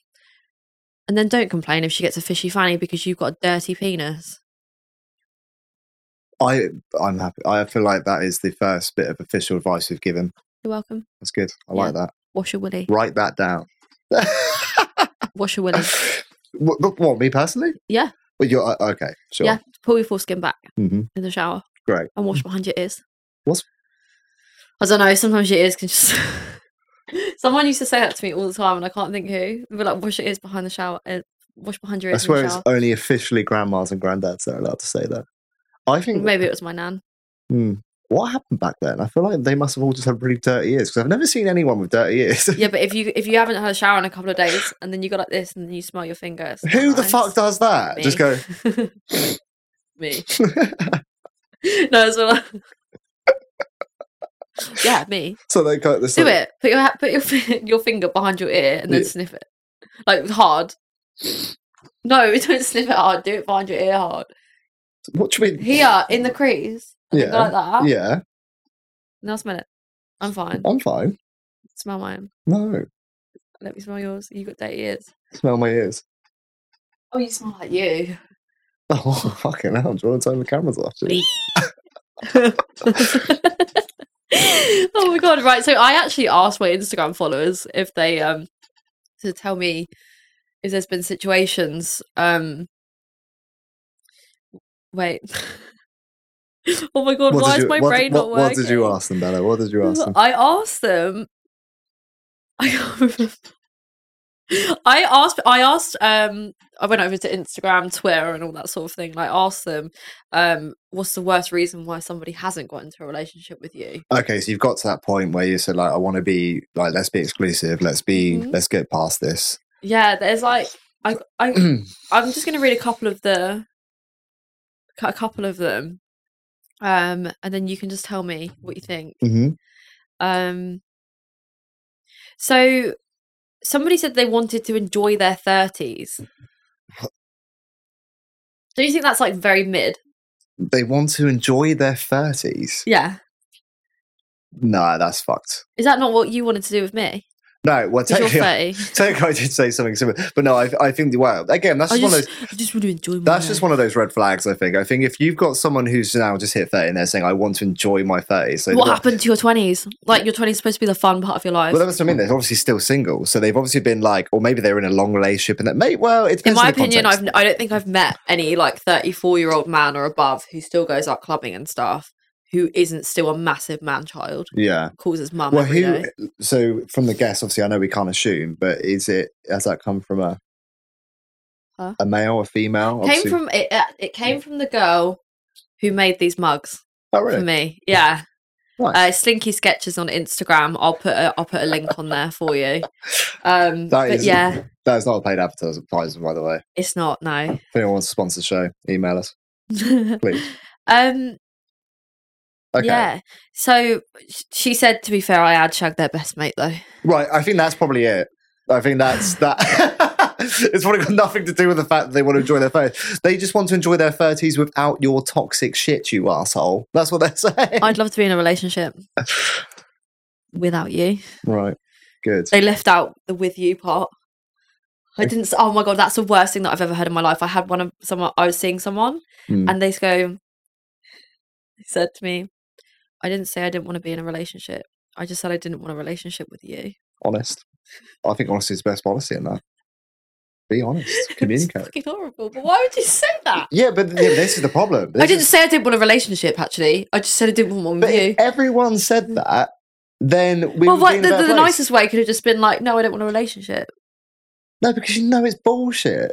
[SPEAKER 2] And then don't complain if she gets a fishy fanny because you've got a dirty penis.
[SPEAKER 3] I I'm happy. I feel like that is the first bit of official advice we've given.
[SPEAKER 2] You're welcome.
[SPEAKER 3] That's good. I
[SPEAKER 2] Yeah.
[SPEAKER 3] like that.
[SPEAKER 2] Wash your willy.
[SPEAKER 3] Write that down. [laughs]
[SPEAKER 2] Wash your willy.
[SPEAKER 3] what, what, what, me personally?
[SPEAKER 2] Yeah.
[SPEAKER 3] Well, you're uh, okay. Sure.
[SPEAKER 2] Yeah. Pull your foreskin back
[SPEAKER 3] hmm
[SPEAKER 2] in the shower.
[SPEAKER 3] Great.
[SPEAKER 2] And wash behind your ears.
[SPEAKER 3] What's-
[SPEAKER 2] I don't know. Sometimes your ears can just. [laughs] Someone used to say that to me all the time, and I can't think who. But like, wash your ears behind the shower. Uh, wash behind your
[SPEAKER 3] I
[SPEAKER 2] ears in
[SPEAKER 3] swear
[SPEAKER 2] the
[SPEAKER 3] it's
[SPEAKER 2] shower.
[SPEAKER 3] only officially grandmas and granddads that are allowed to say that. I think
[SPEAKER 2] Maybe it was my nan.
[SPEAKER 3] Hmm. what happened back then? I feel like they must have all just had really dirty ears because I've never seen anyone with dirty ears.
[SPEAKER 2] Yeah, but if you if you haven't had a shower in a couple of days, and then you go like this, and then you smell your fingers.
[SPEAKER 3] [laughs] Who the fuck does that? Just go.
[SPEAKER 2] [laughs] me. [laughs] No, it's all. yeah, me.
[SPEAKER 3] [laughs] so they got this.
[SPEAKER 2] Do it. Put your ha- put your fi- [laughs] your finger behind your ear and then
[SPEAKER 3] Yeah.
[SPEAKER 2] sniff it, like hard. No, [laughs] don't sniff it hard. Do it behind your ear hard.
[SPEAKER 3] What do you mean?
[SPEAKER 2] Here in the crease,
[SPEAKER 3] Yeah.
[SPEAKER 2] like that. Yeah.
[SPEAKER 3] Yeah.
[SPEAKER 2] Now smell it. I'm fine.
[SPEAKER 3] I'm fine.
[SPEAKER 2] Smell mine.
[SPEAKER 3] No.
[SPEAKER 2] Let me smell yours. You got dirty ears.
[SPEAKER 3] Smell my ears. [laughs]
[SPEAKER 2] Oh, you smell like you.
[SPEAKER 3] Oh, fucking hell. Do you want to turn the cameras off? dude?
[SPEAKER 2] [laughs] oh my god! Right. So I actually asked my Instagram followers if they um to tell me if there's been situations um wait [laughs] oh my god
[SPEAKER 3] What
[SPEAKER 2] why
[SPEAKER 3] did
[SPEAKER 2] is
[SPEAKER 3] you-
[SPEAKER 2] my
[SPEAKER 3] what-
[SPEAKER 2] brain
[SPEAKER 3] what,
[SPEAKER 2] not working
[SPEAKER 3] What did you ask them, Bella? What did you ask them?
[SPEAKER 2] I asked them. [laughs] I can't remember. I asked. I asked. Um, I went over to Instagram, Twitter, and all that sort of thing. And I asked them, um, "What's the worst reason why somebody hasn't got into a relationship with you?"
[SPEAKER 3] okay so you've got to that point where you said like i want to be like let's be exclusive let's be
[SPEAKER 2] Mhm.
[SPEAKER 3] let's get
[SPEAKER 2] [clears throat]
[SPEAKER 3] past this Mm-hmm.
[SPEAKER 2] Yeah, there's like, I, I,
[SPEAKER 3] [clears throat]
[SPEAKER 2] I'm just going to read a couple of the, a couple of them, um, and then you can just tell me what you think.
[SPEAKER 3] Mhm.
[SPEAKER 2] Um, so somebody said they wanted to enjoy their thirties. Do you think that's like very mid?
[SPEAKER 3] they want to enjoy their 30s
[SPEAKER 2] Yeah.
[SPEAKER 3] nah that's fucked [laughs]
[SPEAKER 2] Is that not what you wanted to do with me?
[SPEAKER 3] No, well,
[SPEAKER 2] 'Cause
[SPEAKER 3] technically,
[SPEAKER 2] you're 30.
[SPEAKER 3] [laughs] technically I did say something similar, but no, I, I think wow. Again, that's
[SPEAKER 2] I
[SPEAKER 3] just, one of
[SPEAKER 2] just,
[SPEAKER 3] those.
[SPEAKER 2] I just want to enjoy my
[SPEAKER 3] That's just
[SPEAKER 2] life.
[SPEAKER 3] one of those red flags. I think. I think if you've got someone who's now just hit thirty and they're saying, "I want to enjoy my 30s, so
[SPEAKER 2] What
[SPEAKER 3] they're-
[SPEAKER 2] happened to your 20s? Like, your 20s is supposed to be the fun part of your life.
[SPEAKER 3] Well, that's what I mean. They're obviously still single, so they've obviously been like, or maybe they're in a long relationship, and that mate. Well, it's
[SPEAKER 2] in my opinion, I've, I don't think I've met any like 34 year old man or above who still goes out clubbing and stuff who isn't still a massive man child,
[SPEAKER 3] yeah.
[SPEAKER 2] calls his mum.
[SPEAKER 3] Well,
[SPEAKER 2] every
[SPEAKER 3] who?
[SPEAKER 2] day.
[SPEAKER 3] So from the guess, obviously, I know we can't assume, but is it has that come from a
[SPEAKER 2] Huh?
[SPEAKER 3] a male, a
[SPEAKER 2] Came
[SPEAKER 3] female? Obviously-
[SPEAKER 2] from it, uh, it came from the girl who made these mugs
[SPEAKER 3] oh,
[SPEAKER 2] for
[SPEAKER 3] really?
[SPEAKER 2] me. Yeah.
[SPEAKER 3] Nice.
[SPEAKER 2] Uh, Slinky Sketches on Instagram. I'll put a, I'll put a link on there for you. Um,
[SPEAKER 3] That
[SPEAKER 2] but
[SPEAKER 3] is-
[SPEAKER 2] yeah,
[SPEAKER 3] that is not a paid advertising, by the way.
[SPEAKER 2] it's not no.
[SPEAKER 3] If anyone wants to sponsor the show, email us, please.
[SPEAKER 2] [laughs] um,
[SPEAKER 3] Okay.
[SPEAKER 2] yeah. So sh- she said, to be fair, I had shagged their best mate though.
[SPEAKER 3] Right. I think that's probably it. I
[SPEAKER 2] [laughs]
[SPEAKER 3] think that's that. [laughs] it's probably got nothing to do with the fact that they want to enjoy their 30s. They just want to enjoy their 30s without your toxic shit, you asshole. That's what they're [laughs] saying.
[SPEAKER 2] I'd love to be in a
[SPEAKER 3] [laughs]
[SPEAKER 2] relationship without you.
[SPEAKER 3] Right. Good.
[SPEAKER 2] They left out the with you part. I didn't. s- Oh my god, that's the worst thing that I've ever heard in my life. I had one of someone. I was seeing someone,
[SPEAKER 3] Hmm.
[SPEAKER 2] and they s- go. They said to me, "I didn't say I didn't want to be in a relationship. I just said I didn't want a relationship with you." [laughs]
[SPEAKER 3] Honest. I think honesty is the best policy in that. Be
[SPEAKER 2] [laughs]
[SPEAKER 3] honest.
[SPEAKER 2] It's
[SPEAKER 3] Communicate.
[SPEAKER 2] fucking horrible. But why would you say that?
[SPEAKER 3] Yeah, but th- this is the problem. This
[SPEAKER 2] I didn't
[SPEAKER 3] is-
[SPEAKER 2] say I didn't want a relationship. Actually, I just said I didn't want one
[SPEAKER 3] but
[SPEAKER 2] with you. Mm.
[SPEAKER 3] if everyone said that, then we
[SPEAKER 2] Well,
[SPEAKER 3] would be
[SPEAKER 2] like
[SPEAKER 3] in a
[SPEAKER 2] the,
[SPEAKER 3] better
[SPEAKER 2] the, the
[SPEAKER 3] place.
[SPEAKER 2] nicest way could have just been like, "No, I don't want a relationship."
[SPEAKER 3] No, because you know it's bullshit.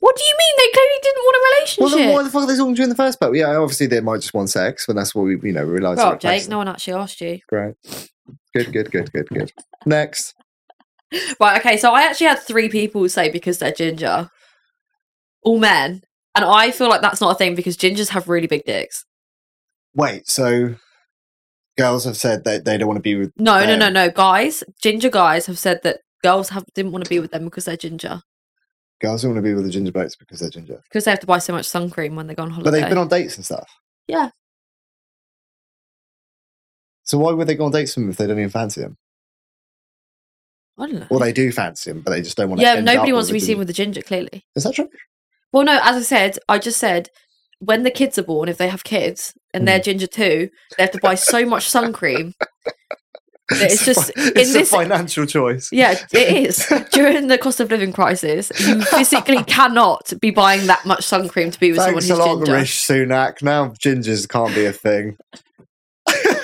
[SPEAKER 2] What do you mean? They clearly didn't want a
[SPEAKER 3] Well,
[SPEAKER 2] relationship.
[SPEAKER 3] then why the fuck are they talking to you in the first place? Yeah, obviously they might just want sex, but that's what we, you know, realise.
[SPEAKER 2] Grow
[SPEAKER 3] that-
[SPEAKER 2] up, Jake. No one actually asked you.
[SPEAKER 3] Great. Good, good, good, good, good. Next.
[SPEAKER 2] Right. Okay. So I actually had three people say because they're ginger, all men, and I feel like that's not a thing because gingers have really big dicks.
[SPEAKER 3] Wait, so girls have said that they don't want to be with.
[SPEAKER 2] No,
[SPEAKER 3] Damn.
[SPEAKER 2] no, no, no. Guys, ginger guys have said that girls have didn't want to be with them because they're ginger
[SPEAKER 3] Girls don't want to be with the ginger blokes because they're ginger.
[SPEAKER 2] because they have to buy so much sun cream when they go on holiday.
[SPEAKER 3] But they've been on dates and stuff.
[SPEAKER 2] Yeah.
[SPEAKER 3] So why would they go on dates with them if they don't even fancy them?
[SPEAKER 2] I don't know.
[SPEAKER 3] Well, they do fancy them, but they just don't want to.
[SPEAKER 2] yeah,
[SPEAKER 3] end
[SPEAKER 2] nobody
[SPEAKER 3] up
[SPEAKER 2] wants to be
[SPEAKER 3] with
[SPEAKER 2] seen
[SPEAKER 3] a ginger-
[SPEAKER 2] with a ginger. Clearly.
[SPEAKER 3] Is that true?
[SPEAKER 2] Well, no. As I said, I just said when the kids are born, if they have kids and
[SPEAKER 3] Mm.
[SPEAKER 2] they're ginger too, they have to buy so much sun cream. that It's
[SPEAKER 3] a
[SPEAKER 2] just
[SPEAKER 3] fi- [laughs] it's
[SPEAKER 2] in
[SPEAKER 3] a
[SPEAKER 2] this
[SPEAKER 3] financial choice.
[SPEAKER 2] Yeah, it
[SPEAKER 3] [laughs]
[SPEAKER 2] is. During the cost of living crisis, you physically cannot be buying that much sun cream to be with
[SPEAKER 3] Thanks a
[SPEAKER 2] someone who's
[SPEAKER 3] lot,
[SPEAKER 2] ginger.
[SPEAKER 3] Rish Sunak. Now gingers can't be a thing. [laughs]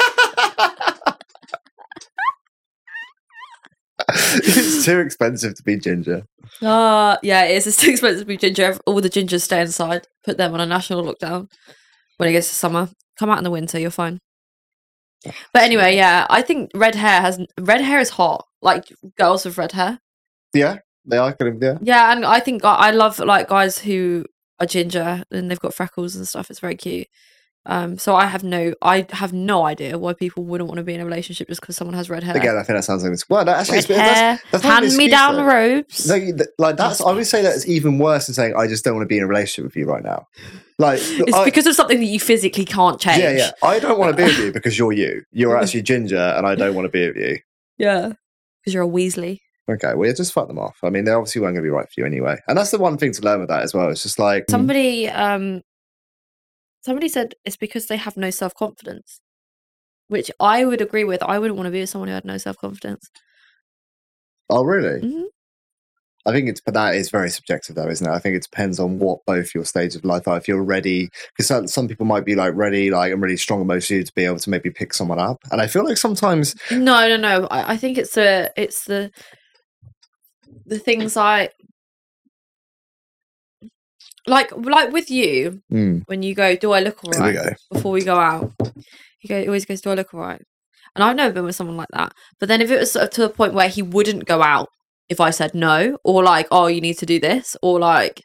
[SPEAKER 3] it's too expensive to be ginger.
[SPEAKER 2] Ah, yeah, it is. It's too [laughs] expensive to be ginger. All the gingers stay inside. Put them on a national lockdown when it gets to summer. Come out in the winter, you're fine. But anyway, yeah, I think red hair has red hair is hot. Like girls with red hair.
[SPEAKER 3] Yeah, they are kind of yeah.
[SPEAKER 2] Yeah, and I think I I love like guys who are ginger and they've got freckles and stuff. It's very cute. Um, so I have no, I have no idea why people wouldn't want to be in a relationship just because someone has red hair.
[SPEAKER 3] Again, I think that sounds like it's well. No, actually,
[SPEAKER 2] red
[SPEAKER 3] it's, that's,
[SPEAKER 2] hair,
[SPEAKER 3] that's not an
[SPEAKER 2] hand me down
[SPEAKER 3] excuse,
[SPEAKER 2] robes.
[SPEAKER 3] no, you- th- like that's. I would say that's even worse than saying I just don't want to be in a relationship with you right now. Like
[SPEAKER 2] it's
[SPEAKER 3] I-
[SPEAKER 2] because of something that you physically can't change.
[SPEAKER 3] yeah, yeah. I don't want to be with
[SPEAKER 2] [laughs]
[SPEAKER 3] you because you're you. You're actually ginger, and I don't want to be with you.
[SPEAKER 2] Because you're a Weasley.
[SPEAKER 3] Okay, well, yeah, just fuck them off. I mean, they obviously weren't going to be right for you anyway. And that's the one thing to learn with that as well. It's just like, mm,
[SPEAKER 2] Somebody, um, somebody said it's because they have no self confidence, which I would agree with. I wouldn't want to be with someone who had no self confidence.
[SPEAKER 3] oh, really?
[SPEAKER 2] Mhm.
[SPEAKER 3] I think it's, but that is very subjective, though, isn't it? I think it depends on what both your stage of life are. If you're ready, because some, some people might be like ready, like I'm really strong emotionally to be able to maybe pick someone up. And I feel like sometimes,
[SPEAKER 2] No, no, no. I, I think it's the it's the the things I like like with you
[SPEAKER 3] Mm,
[SPEAKER 2] when you go, do I look
[SPEAKER 3] here we
[SPEAKER 2] alright
[SPEAKER 3] go.
[SPEAKER 2] before we go out? He go, he always goes, do I look alright? And I've never been with someone like that. But then if it was sort of to a point where he wouldn't go out if I said no, or like, oh, you need to do this, or like,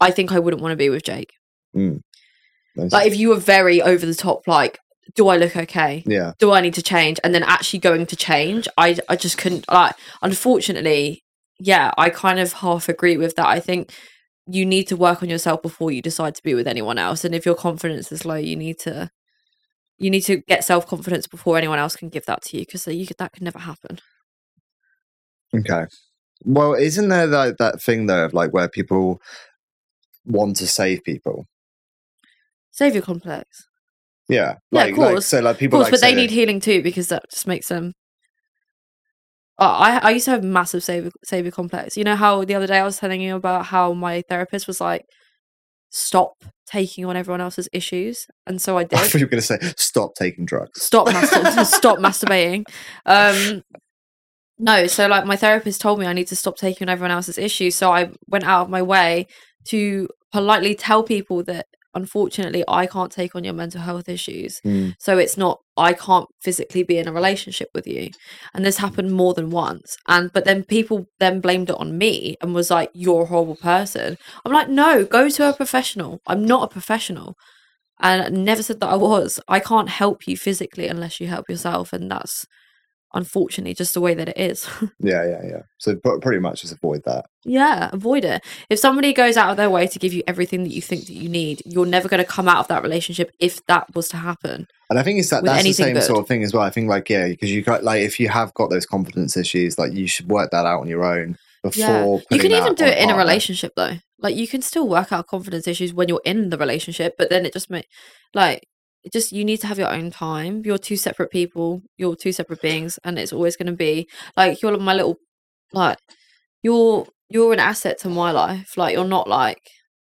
[SPEAKER 2] I think I wouldn't want to be with Jake.
[SPEAKER 3] Those-
[SPEAKER 2] Like if you were very over the top, like, do I look okay?
[SPEAKER 3] yeah,
[SPEAKER 2] do I need to change? And then actually going to change, I I just couldn't like unfortunately, yeah, I kind of half agree with that. I think you need to work on yourself before you decide to be with anyone else. And if your confidence is low, you need to uh, you need to get self confidence before anyone else can give that to you because you could, that could never happen.
[SPEAKER 3] Okay. Well, isn't there that, that thing though of like where people want to save people?
[SPEAKER 2] Savior complex.
[SPEAKER 3] Yeah.
[SPEAKER 2] Yeah, of
[SPEAKER 3] Like, like-
[SPEAKER 2] course.
[SPEAKER 3] so like
[SPEAKER 2] Of
[SPEAKER 3] people
[SPEAKER 2] course,
[SPEAKER 3] like
[SPEAKER 2] but they
[SPEAKER 3] say-
[SPEAKER 2] need healing too because that just makes them. Oh, I I used to have massive savior savior complex. You know how the other day I was telling you about how my therapist was like, stop taking on everyone else's issues, and so I
[SPEAKER 3] [laughs] I
[SPEAKER 2] did.
[SPEAKER 3] thought you were going to say stop taking drugs.
[SPEAKER 2] stop mastur-
[SPEAKER 3] [laughs]
[SPEAKER 2] [laughs] stop masturbating um no so like my therapist told me i need to stop taking on everyone else's issues so i went out of my way to politely tell people that unfortunately i can't take on your mental health issues
[SPEAKER 3] Hmm.
[SPEAKER 2] so it's not i can't physically be in a relationship with you and this happened more than once and but then people then blamed it on me and was like you're a horrible person i'm like no go to a professional i'm not a professional and I never said that i was i can't help you physically unless you help yourself and that's unfortunately just the way that it is [laughs]
[SPEAKER 3] Yeah, yeah, yeah. So pr- pretty much just avoid that.
[SPEAKER 2] yeah avoid it if somebody goes out of their way to give you everything that you think that you need you're never going to come out of that relationship if that was to happen
[SPEAKER 3] And I think it's that
[SPEAKER 2] With
[SPEAKER 3] that's the
[SPEAKER 2] anything
[SPEAKER 3] same
[SPEAKER 2] good.
[SPEAKER 3] sort of thing as well. I think like yeah, because you got like if you have got those confidence issues, like you should work that out on your own before.
[SPEAKER 2] you
[SPEAKER 3] putting
[SPEAKER 2] can even
[SPEAKER 3] that
[SPEAKER 2] do
[SPEAKER 3] on
[SPEAKER 2] it in a
[SPEAKER 3] partner.
[SPEAKER 2] relationship though like you can still work out confidence issues when you're in the relationship but then it just make like it just you need to have your own time you're two separate people you're two separate beings and it's always going to be like you're my little like you're you're an asset to my life like you're not like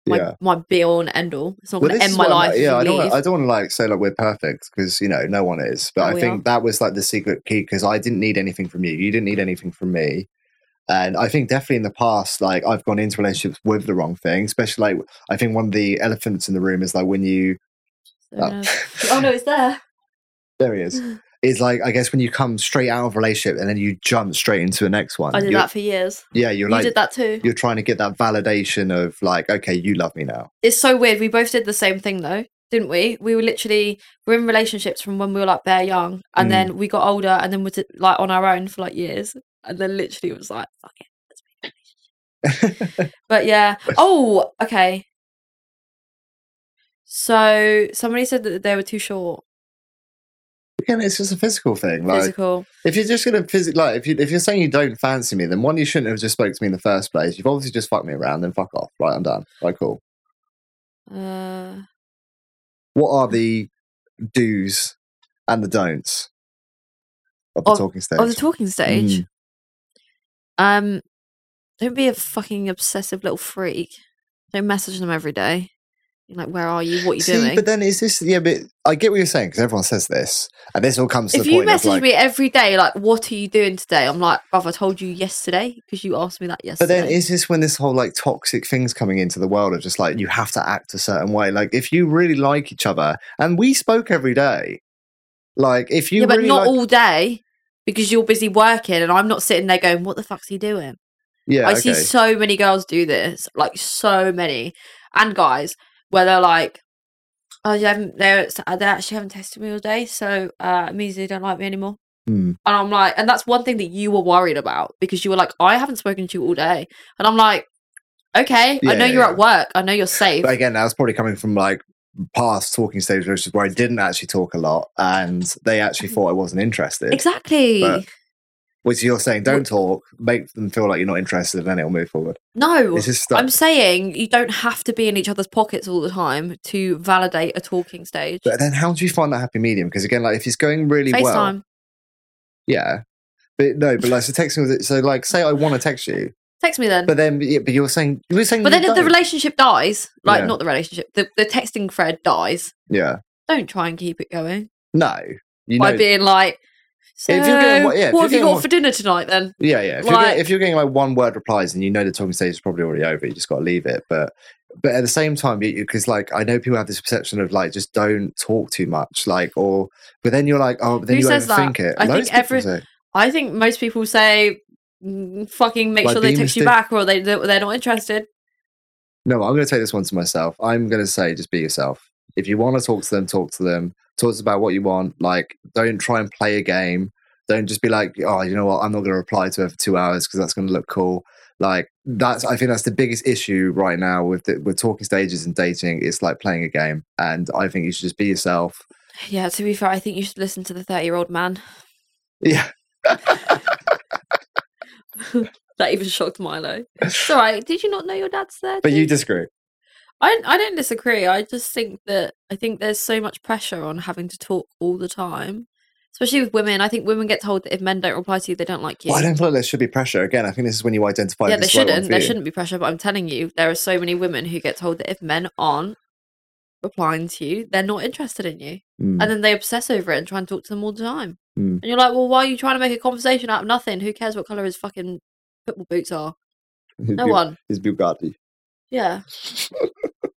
[SPEAKER 2] my,
[SPEAKER 3] Yeah.
[SPEAKER 2] my be all Oh, and end all it's not
[SPEAKER 3] Well,
[SPEAKER 2] going to
[SPEAKER 3] this
[SPEAKER 2] end
[SPEAKER 3] is
[SPEAKER 2] my
[SPEAKER 3] what I'm
[SPEAKER 2] life
[SPEAKER 3] like-
[SPEAKER 2] if
[SPEAKER 3] yeah,
[SPEAKER 2] you
[SPEAKER 3] I don't.
[SPEAKER 2] leave.
[SPEAKER 3] Wanna, I don't want to like say like we're perfect because you know no one is. But
[SPEAKER 2] No,
[SPEAKER 3] I
[SPEAKER 2] Oh, we
[SPEAKER 3] think
[SPEAKER 2] are.
[SPEAKER 3] that was like the secret key because I didn't need anything from you. You didn't need anything from me. And I think definitely in the past, like I've gone into relationships with the wrong thing. Especially like I think one of the elephants in the room is like when you.
[SPEAKER 2] So, you know.
[SPEAKER 3] Oh.
[SPEAKER 2] oh no it's there
[SPEAKER 3] [laughs] there he is. Is like I guess when you come straight out of a relationship and then you jump straight into the next one.
[SPEAKER 2] i did
[SPEAKER 3] you're-
[SPEAKER 2] that for years
[SPEAKER 3] Yeah, you're
[SPEAKER 2] you
[SPEAKER 3] like
[SPEAKER 2] did that too
[SPEAKER 3] you're trying to get that validation of like, okay, you love me now. [laughs]
[SPEAKER 2] it's so weird. We both did the same thing though, didn't we? We were literally we were in relationships from when we were like bare young, and
[SPEAKER 3] Mm.
[SPEAKER 2] then we got older, and then we're t- like on our own for like years, and then literally it was like, fuck it, let's be in a relationship. but
[SPEAKER 3] [laughs]
[SPEAKER 2] yeah. Oh, okay. So somebody said that they were too short,
[SPEAKER 3] Again, it's just a physical thing. Like
[SPEAKER 2] physical.
[SPEAKER 3] if you're just gonna phys- like if you if you're saying you don't fancy me, then one you shouldn't have just spoke to me in the first place. You've obviously just fucked me around, then fuck off. Right, I'm done. Right, cool.
[SPEAKER 2] Uh,
[SPEAKER 3] What are the do's and the don'ts of the
[SPEAKER 2] Of-
[SPEAKER 3] talking stage?
[SPEAKER 2] oh, the talking stage.
[SPEAKER 3] mm.
[SPEAKER 2] Um, don't be a fucking obsessive little freak. Don't message them every day. You're Like, where are you? What are you
[SPEAKER 3] See,
[SPEAKER 2] doing?
[SPEAKER 3] but then is this yeah, but I get what you're saying because everyone says this. And this all comes to
[SPEAKER 2] if
[SPEAKER 3] the
[SPEAKER 2] you
[SPEAKER 3] point
[SPEAKER 2] message
[SPEAKER 3] of like
[SPEAKER 2] me every day, like, what are you doing today? I'm like, bruv, I told you yesterday because you asked me that
[SPEAKER 3] But
[SPEAKER 2] yesterday.
[SPEAKER 3] then is this when this whole like toxic things coming into the world of just like you have to act a certain way? Like if you really like each other and we spoke every day, like if you
[SPEAKER 2] yeah, but
[SPEAKER 3] really
[SPEAKER 2] not
[SPEAKER 3] like-
[SPEAKER 2] all day because you're busy working and I'm not sitting there going, what the fuck's he doing?
[SPEAKER 3] yeah,
[SPEAKER 2] I
[SPEAKER 3] okay.
[SPEAKER 2] see so many girls do this, like, so many, and guys, where they're like, oh, they, haven't, they're, they actually haven't tested me all day, so uh, it means they don't like me anymore.
[SPEAKER 3] Hmm.
[SPEAKER 2] And I'm like, and that's one thing that you were worried about because you were like, I haven't spoken to you all day. And I'm like, okay,
[SPEAKER 3] Yeah,
[SPEAKER 2] I know
[SPEAKER 3] yeah,
[SPEAKER 2] you're
[SPEAKER 3] yeah.
[SPEAKER 2] at work. I know you're safe.
[SPEAKER 3] But again, that's probably coming from like past talking stage relationships where I didn't actually talk a lot and they actually
[SPEAKER 2] Mm-hmm.
[SPEAKER 3] thought I wasn't interested.
[SPEAKER 2] Exactly.
[SPEAKER 3] But- Which you're saying don't talk, make them feel like you're not interested, and then it'll move forward.
[SPEAKER 2] no.
[SPEAKER 3] It's just
[SPEAKER 2] I'm
[SPEAKER 3] stuff.
[SPEAKER 2] saying you don't have to be in each other's pockets all the time to validate a talking stage.
[SPEAKER 3] But then how do you find that happy medium? Because again, like if it's going really well,
[SPEAKER 2] FaceTime.
[SPEAKER 3] yeah. But no, but like so text me with it. So like say I want to text
[SPEAKER 2] [laughs]
[SPEAKER 3] you.
[SPEAKER 2] Text me then. But,
[SPEAKER 3] But then, yeah, but you're saying you were saying, you
[SPEAKER 2] then if the
[SPEAKER 3] don't.
[SPEAKER 2] relationship dies, like
[SPEAKER 3] Yeah.
[SPEAKER 2] not the relationship, the, the texting thread dies,
[SPEAKER 3] yeah,
[SPEAKER 2] don't try and keep it going
[SPEAKER 3] no, you know,
[SPEAKER 2] by being like, so,
[SPEAKER 3] If you're getting what-
[SPEAKER 2] what,
[SPEAKER 3] yeah, if you're
[SPEAKER 2] have you
[SPEAKER 3] getting
[SPEAKER 2] got
[SPEAKER 3] what-
[SPEAKER 2] for dinner tonight then?
[SPEAKER 3] yeah, yeah. If, you're
[SPEAKER 2] like-
[SPEAKER 3] getting, if you're getting like one word replies and you know the talking stage is probably already over, you just got to leave it. But but at the same time, because like I know people have this perception of like just don't talk too much, like or but then you're like oh, but then
[SPEAKER 2] Who
[SPEAKER 3] you
[SPEAKER 2] says that?
[SPEAKER 3] overthink it.
[SPEAKER 2] I think
[SPEAKER 3] Loads of people
[SPEAKER 2] every-
[SPEAKER 3] say-
[SPEAKER 2] I think most people say, "Mm, fucking make
[SPEAKER 3] Like
[SPEAKER 2] sure they
[SPEAKER 3] being
[SPEAKER 2] text you
[SPEAKER 3] mistake-
[SPEAKER 2] back or they, they're not interested.
[SPEAKER 3] No, I'm going to take this one to myself. I'm going to say just be yourself. If you want to talk to them, talk to them. Talk to them about what you want. Like, don't try and play a game. Don't just be like, oh, you know what? I'm not going to reply to her for two hours because that's going to look cool. Like, that's I think that's the biggest issue right now with the, with talking stages and dating. It's like playing a game, and I think you should just be yourself. [laughs]
[SPEAKER 2] Yeah, to be fair, I think you should listen to the 30 year old man.
[SPEAKER 3] Yeah,
[SPEAKER 2] That even shocked Milo. It's all right. Did you not know your dad's there?
[SPEAKER 3] But you
[SPEAKER 2] dude?
[SPEAKER 3] disagree.
[SPEAKER 2] I I don't disagree. I just think that I think there's so much pressure on having to talk all the time, especially with women. I think women get told that if men don't reply to you, they don't like you.
[SPEAKER 3] Well, I don't feel like there should be pressure. Again, I think this is when you identify.
[SPEAKER 2] yeah,
[SPEAKER 3] if
[SPEAKER 2] there
[SPEAKER 3] it's the right one
[SPEAKER 2] shouldn't.
[SPEAKER 3] for
[SPEAKER 2] There
[SPEAKER 3] you.
[SPEAKER 2] shouldn't be pressure. But I'm telling you, there are so many women who get told that if men aren't replying to you, they're not interested in you,
[SPEAKER 3] Mm.
[SPEAKER 2] and then they obsess over it and try and talk to them all the time.
[SPEAKER 3] Mm.
[SPEAKER 2] And you're like, well, why are you trying to make a conversation out of nothing? Who cares what color his fucking football boots are?
[SPEAKER 3] [laughs] His
[SPEAKER 2] No
[SPEAKER 3] Bu-
[SPEAKER 2] one.
[SPEAKER 3] His Bugatti.
[SPEAKER 2] Yeah.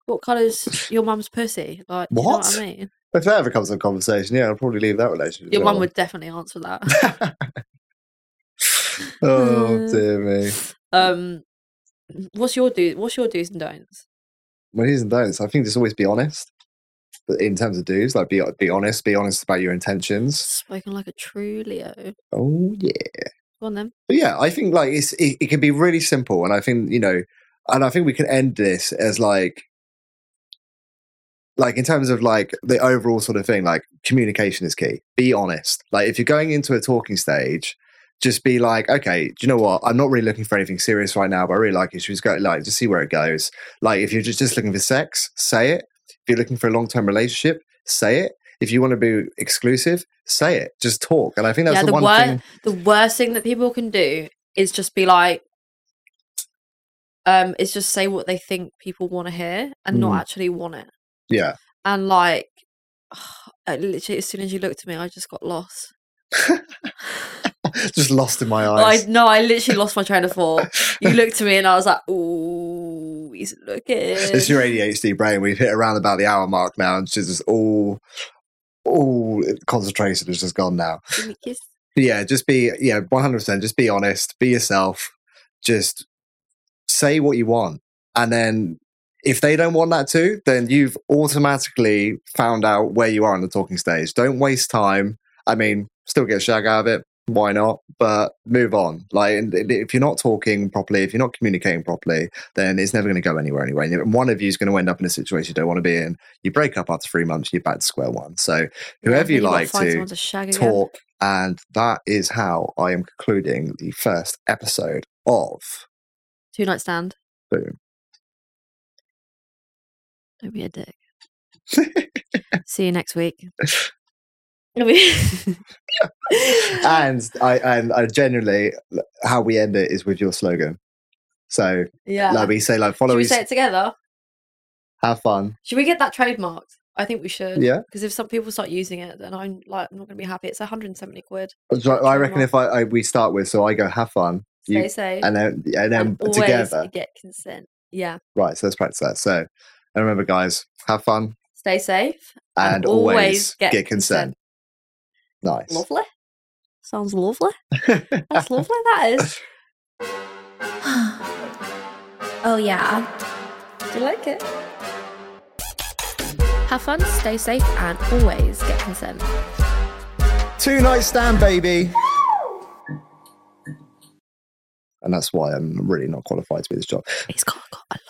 [SPEAKER 2] what colour's your mum's pussy? Like, you know what
[SPEAKER 3] What?
[SPEAKER 2] I mean?
[SPEAKER 3] If that ever comes up conversation, yeah, I'll probably leave that relationship.
[SPEAKER 2] Your mum
[SPEAKER 3] alone.
[SPEAKER 2] would definitely answer that. [laughs]
[SPEAKER 3] oh [laughs]
[SPEAKER 2] Uh.
[SPEAKER 3] dear me.
[SPEAKER 2] um, what's your do? What's your do's and don'ts?
[SPEAKER 3] Well, here's and don'ts. I think just always be honest. But in terms of do's, like be be honest, be honest about your intentions.
[SPEAKER 2] Spoken like a true Leo. Go
[SPEAKER 3] Oh yeah.
[SPEAKER 2] on then.
[SPEAKER 3] But yeah, I think like it's it, it can be really simple, and I think you know, and I think we can end this as like, like in terms of like the overall sort of thing, like communication is key. Be honest. Like if you're going into a talking stage, just be like, okay, do you know what? I'm not really looking for anything serious right now, but I really like it. Should we just go like just see where it goes? Like if you're just just looking for sex, say it. If you're looking for a long term relationship, say it. If you want to be exclusive, say it. Just talk. And I think that's
[SPEAKER 2] yeah,
[SPEAKER 3] the,
[SPEAKER 2] the,
[SPEAKER 3] one
[SPEAKER 2] wor-
[SPEAKER 3] thing.
[SPEAKER 2] the worst thing that people can do is just be like, um, is just say what they think people want to hear and
[SPEAKER 3] Mm.
[SPEAKER 2] not actually want it.
[SPEAKER 3] Yeah.
[SPEAKER 2] And like, [sighs] I literally, as soon as you looked at me, I just got lost.
[SPEAKER 3] [laughs] just lost in my
[SPEAKER 2] I
[SPEAKER 3] eyes.
[SPEAKER 2] no, I literally lost my train of thought. You looked at me and I was like, "Ooh, he's looking."
[SPEAKER 3] It's your ADHD brain. We've hit around about the hour mark now, and she's just all, all concentration is just gone now.
[SPEAKER 2] Give me a kiss.
[SPEAKER 3] But yeah, just be yeah, one hundred percent. Just be honest. Be yourself. Just say what you want, and then if they don't want that too, then you've automatically found out where you are on the talking stage. Don't waste time. I mean, still get a shag out of it. Why not? But move on. Like, and i- if you're not talking properly, if you're not communicating properly, then it's never going to go anywhere anyway. And one of you is going to end up in a situation you don't want to be in. You break up after three months, you're back to square one. So, whoever
[SPEAKER 2] Then
[SPEAKER 3] you
[SPEAKER 2] gotta
[SPEAKER 3] like
[SPEAKER 2] find
[SPEAKER 3] to,
[SPEAKER 2] someone shag again.
[SPEAKER 3] talk. And that is how I am concluding the first episode
[SPEAKER 2] [laughs]
[SPEAKER 3] of.
[SPEAKER 2] Two night stand.
[SPEAKER 3] Boom.
[SPEAKER 2] Don't be a
[SPEAKER 3] [laughs]
[SPEAKER 2] dick. See you next week. It'll
[SPEAKER 3] [laughs]
[SPEAKER 2] be-
[SPEAKER 3] and I and I generally how we end it is with your slogan. So
[SPEAKER 2] yeah.
[SPEAKER 3] like we say like follow
[SPEAKER 2] Should we
[SPEAKER 3] each,
[SPEAKER 2] say it together?
[SPEAKER 3] have fun.
[SPEAKER 2] Should we get that trademarked? I think we should.
[SPEAKER 3] Yeah.
[SPEAKER 2] Because if some people start using it, then I'm like, I'm not going to be happy. It's 170 quid.
[SPEAKER 3] So I reckon if I, I we start with so I go have fun.
[SPEAKER 2] Stay
[SPEAKER 3] You,
[SPEAKER 2] safe.
[SPEAKER 3] and then and then
[SPEAKER 2] and always
[SPEAKER 3] together.
[SPEAKER 2] get consent. Yeah.
[SPEAKER 3] Right, so let's practice that. So and remember guys, have fun
[SPEAKER 2] Stay safe.
[SPEAKER 3] and,
[SPEAKER 2] And
[SPEAKER 3] always,
[SPEAKER 2] always
[SPEAKER 3] get,
[SPEAKER 2] get
[SPEAKER 3] consent.
[SPEAKER 2] Lovely. Sounds lovely.
[SPEAKER 3] [laughs] Nice.
[SPEAKER 2] [laughs] That's lovely. That is.
[SPEAKER 1] Oh yeah. Do you like it?
[SPEAKER 2] Have fun, stay safe, and always get consent.
[SPEAKER 3] Two night stand, baby. And that's why I'm really not qualified to be this job.
[SPEAKER 2] He's got, got a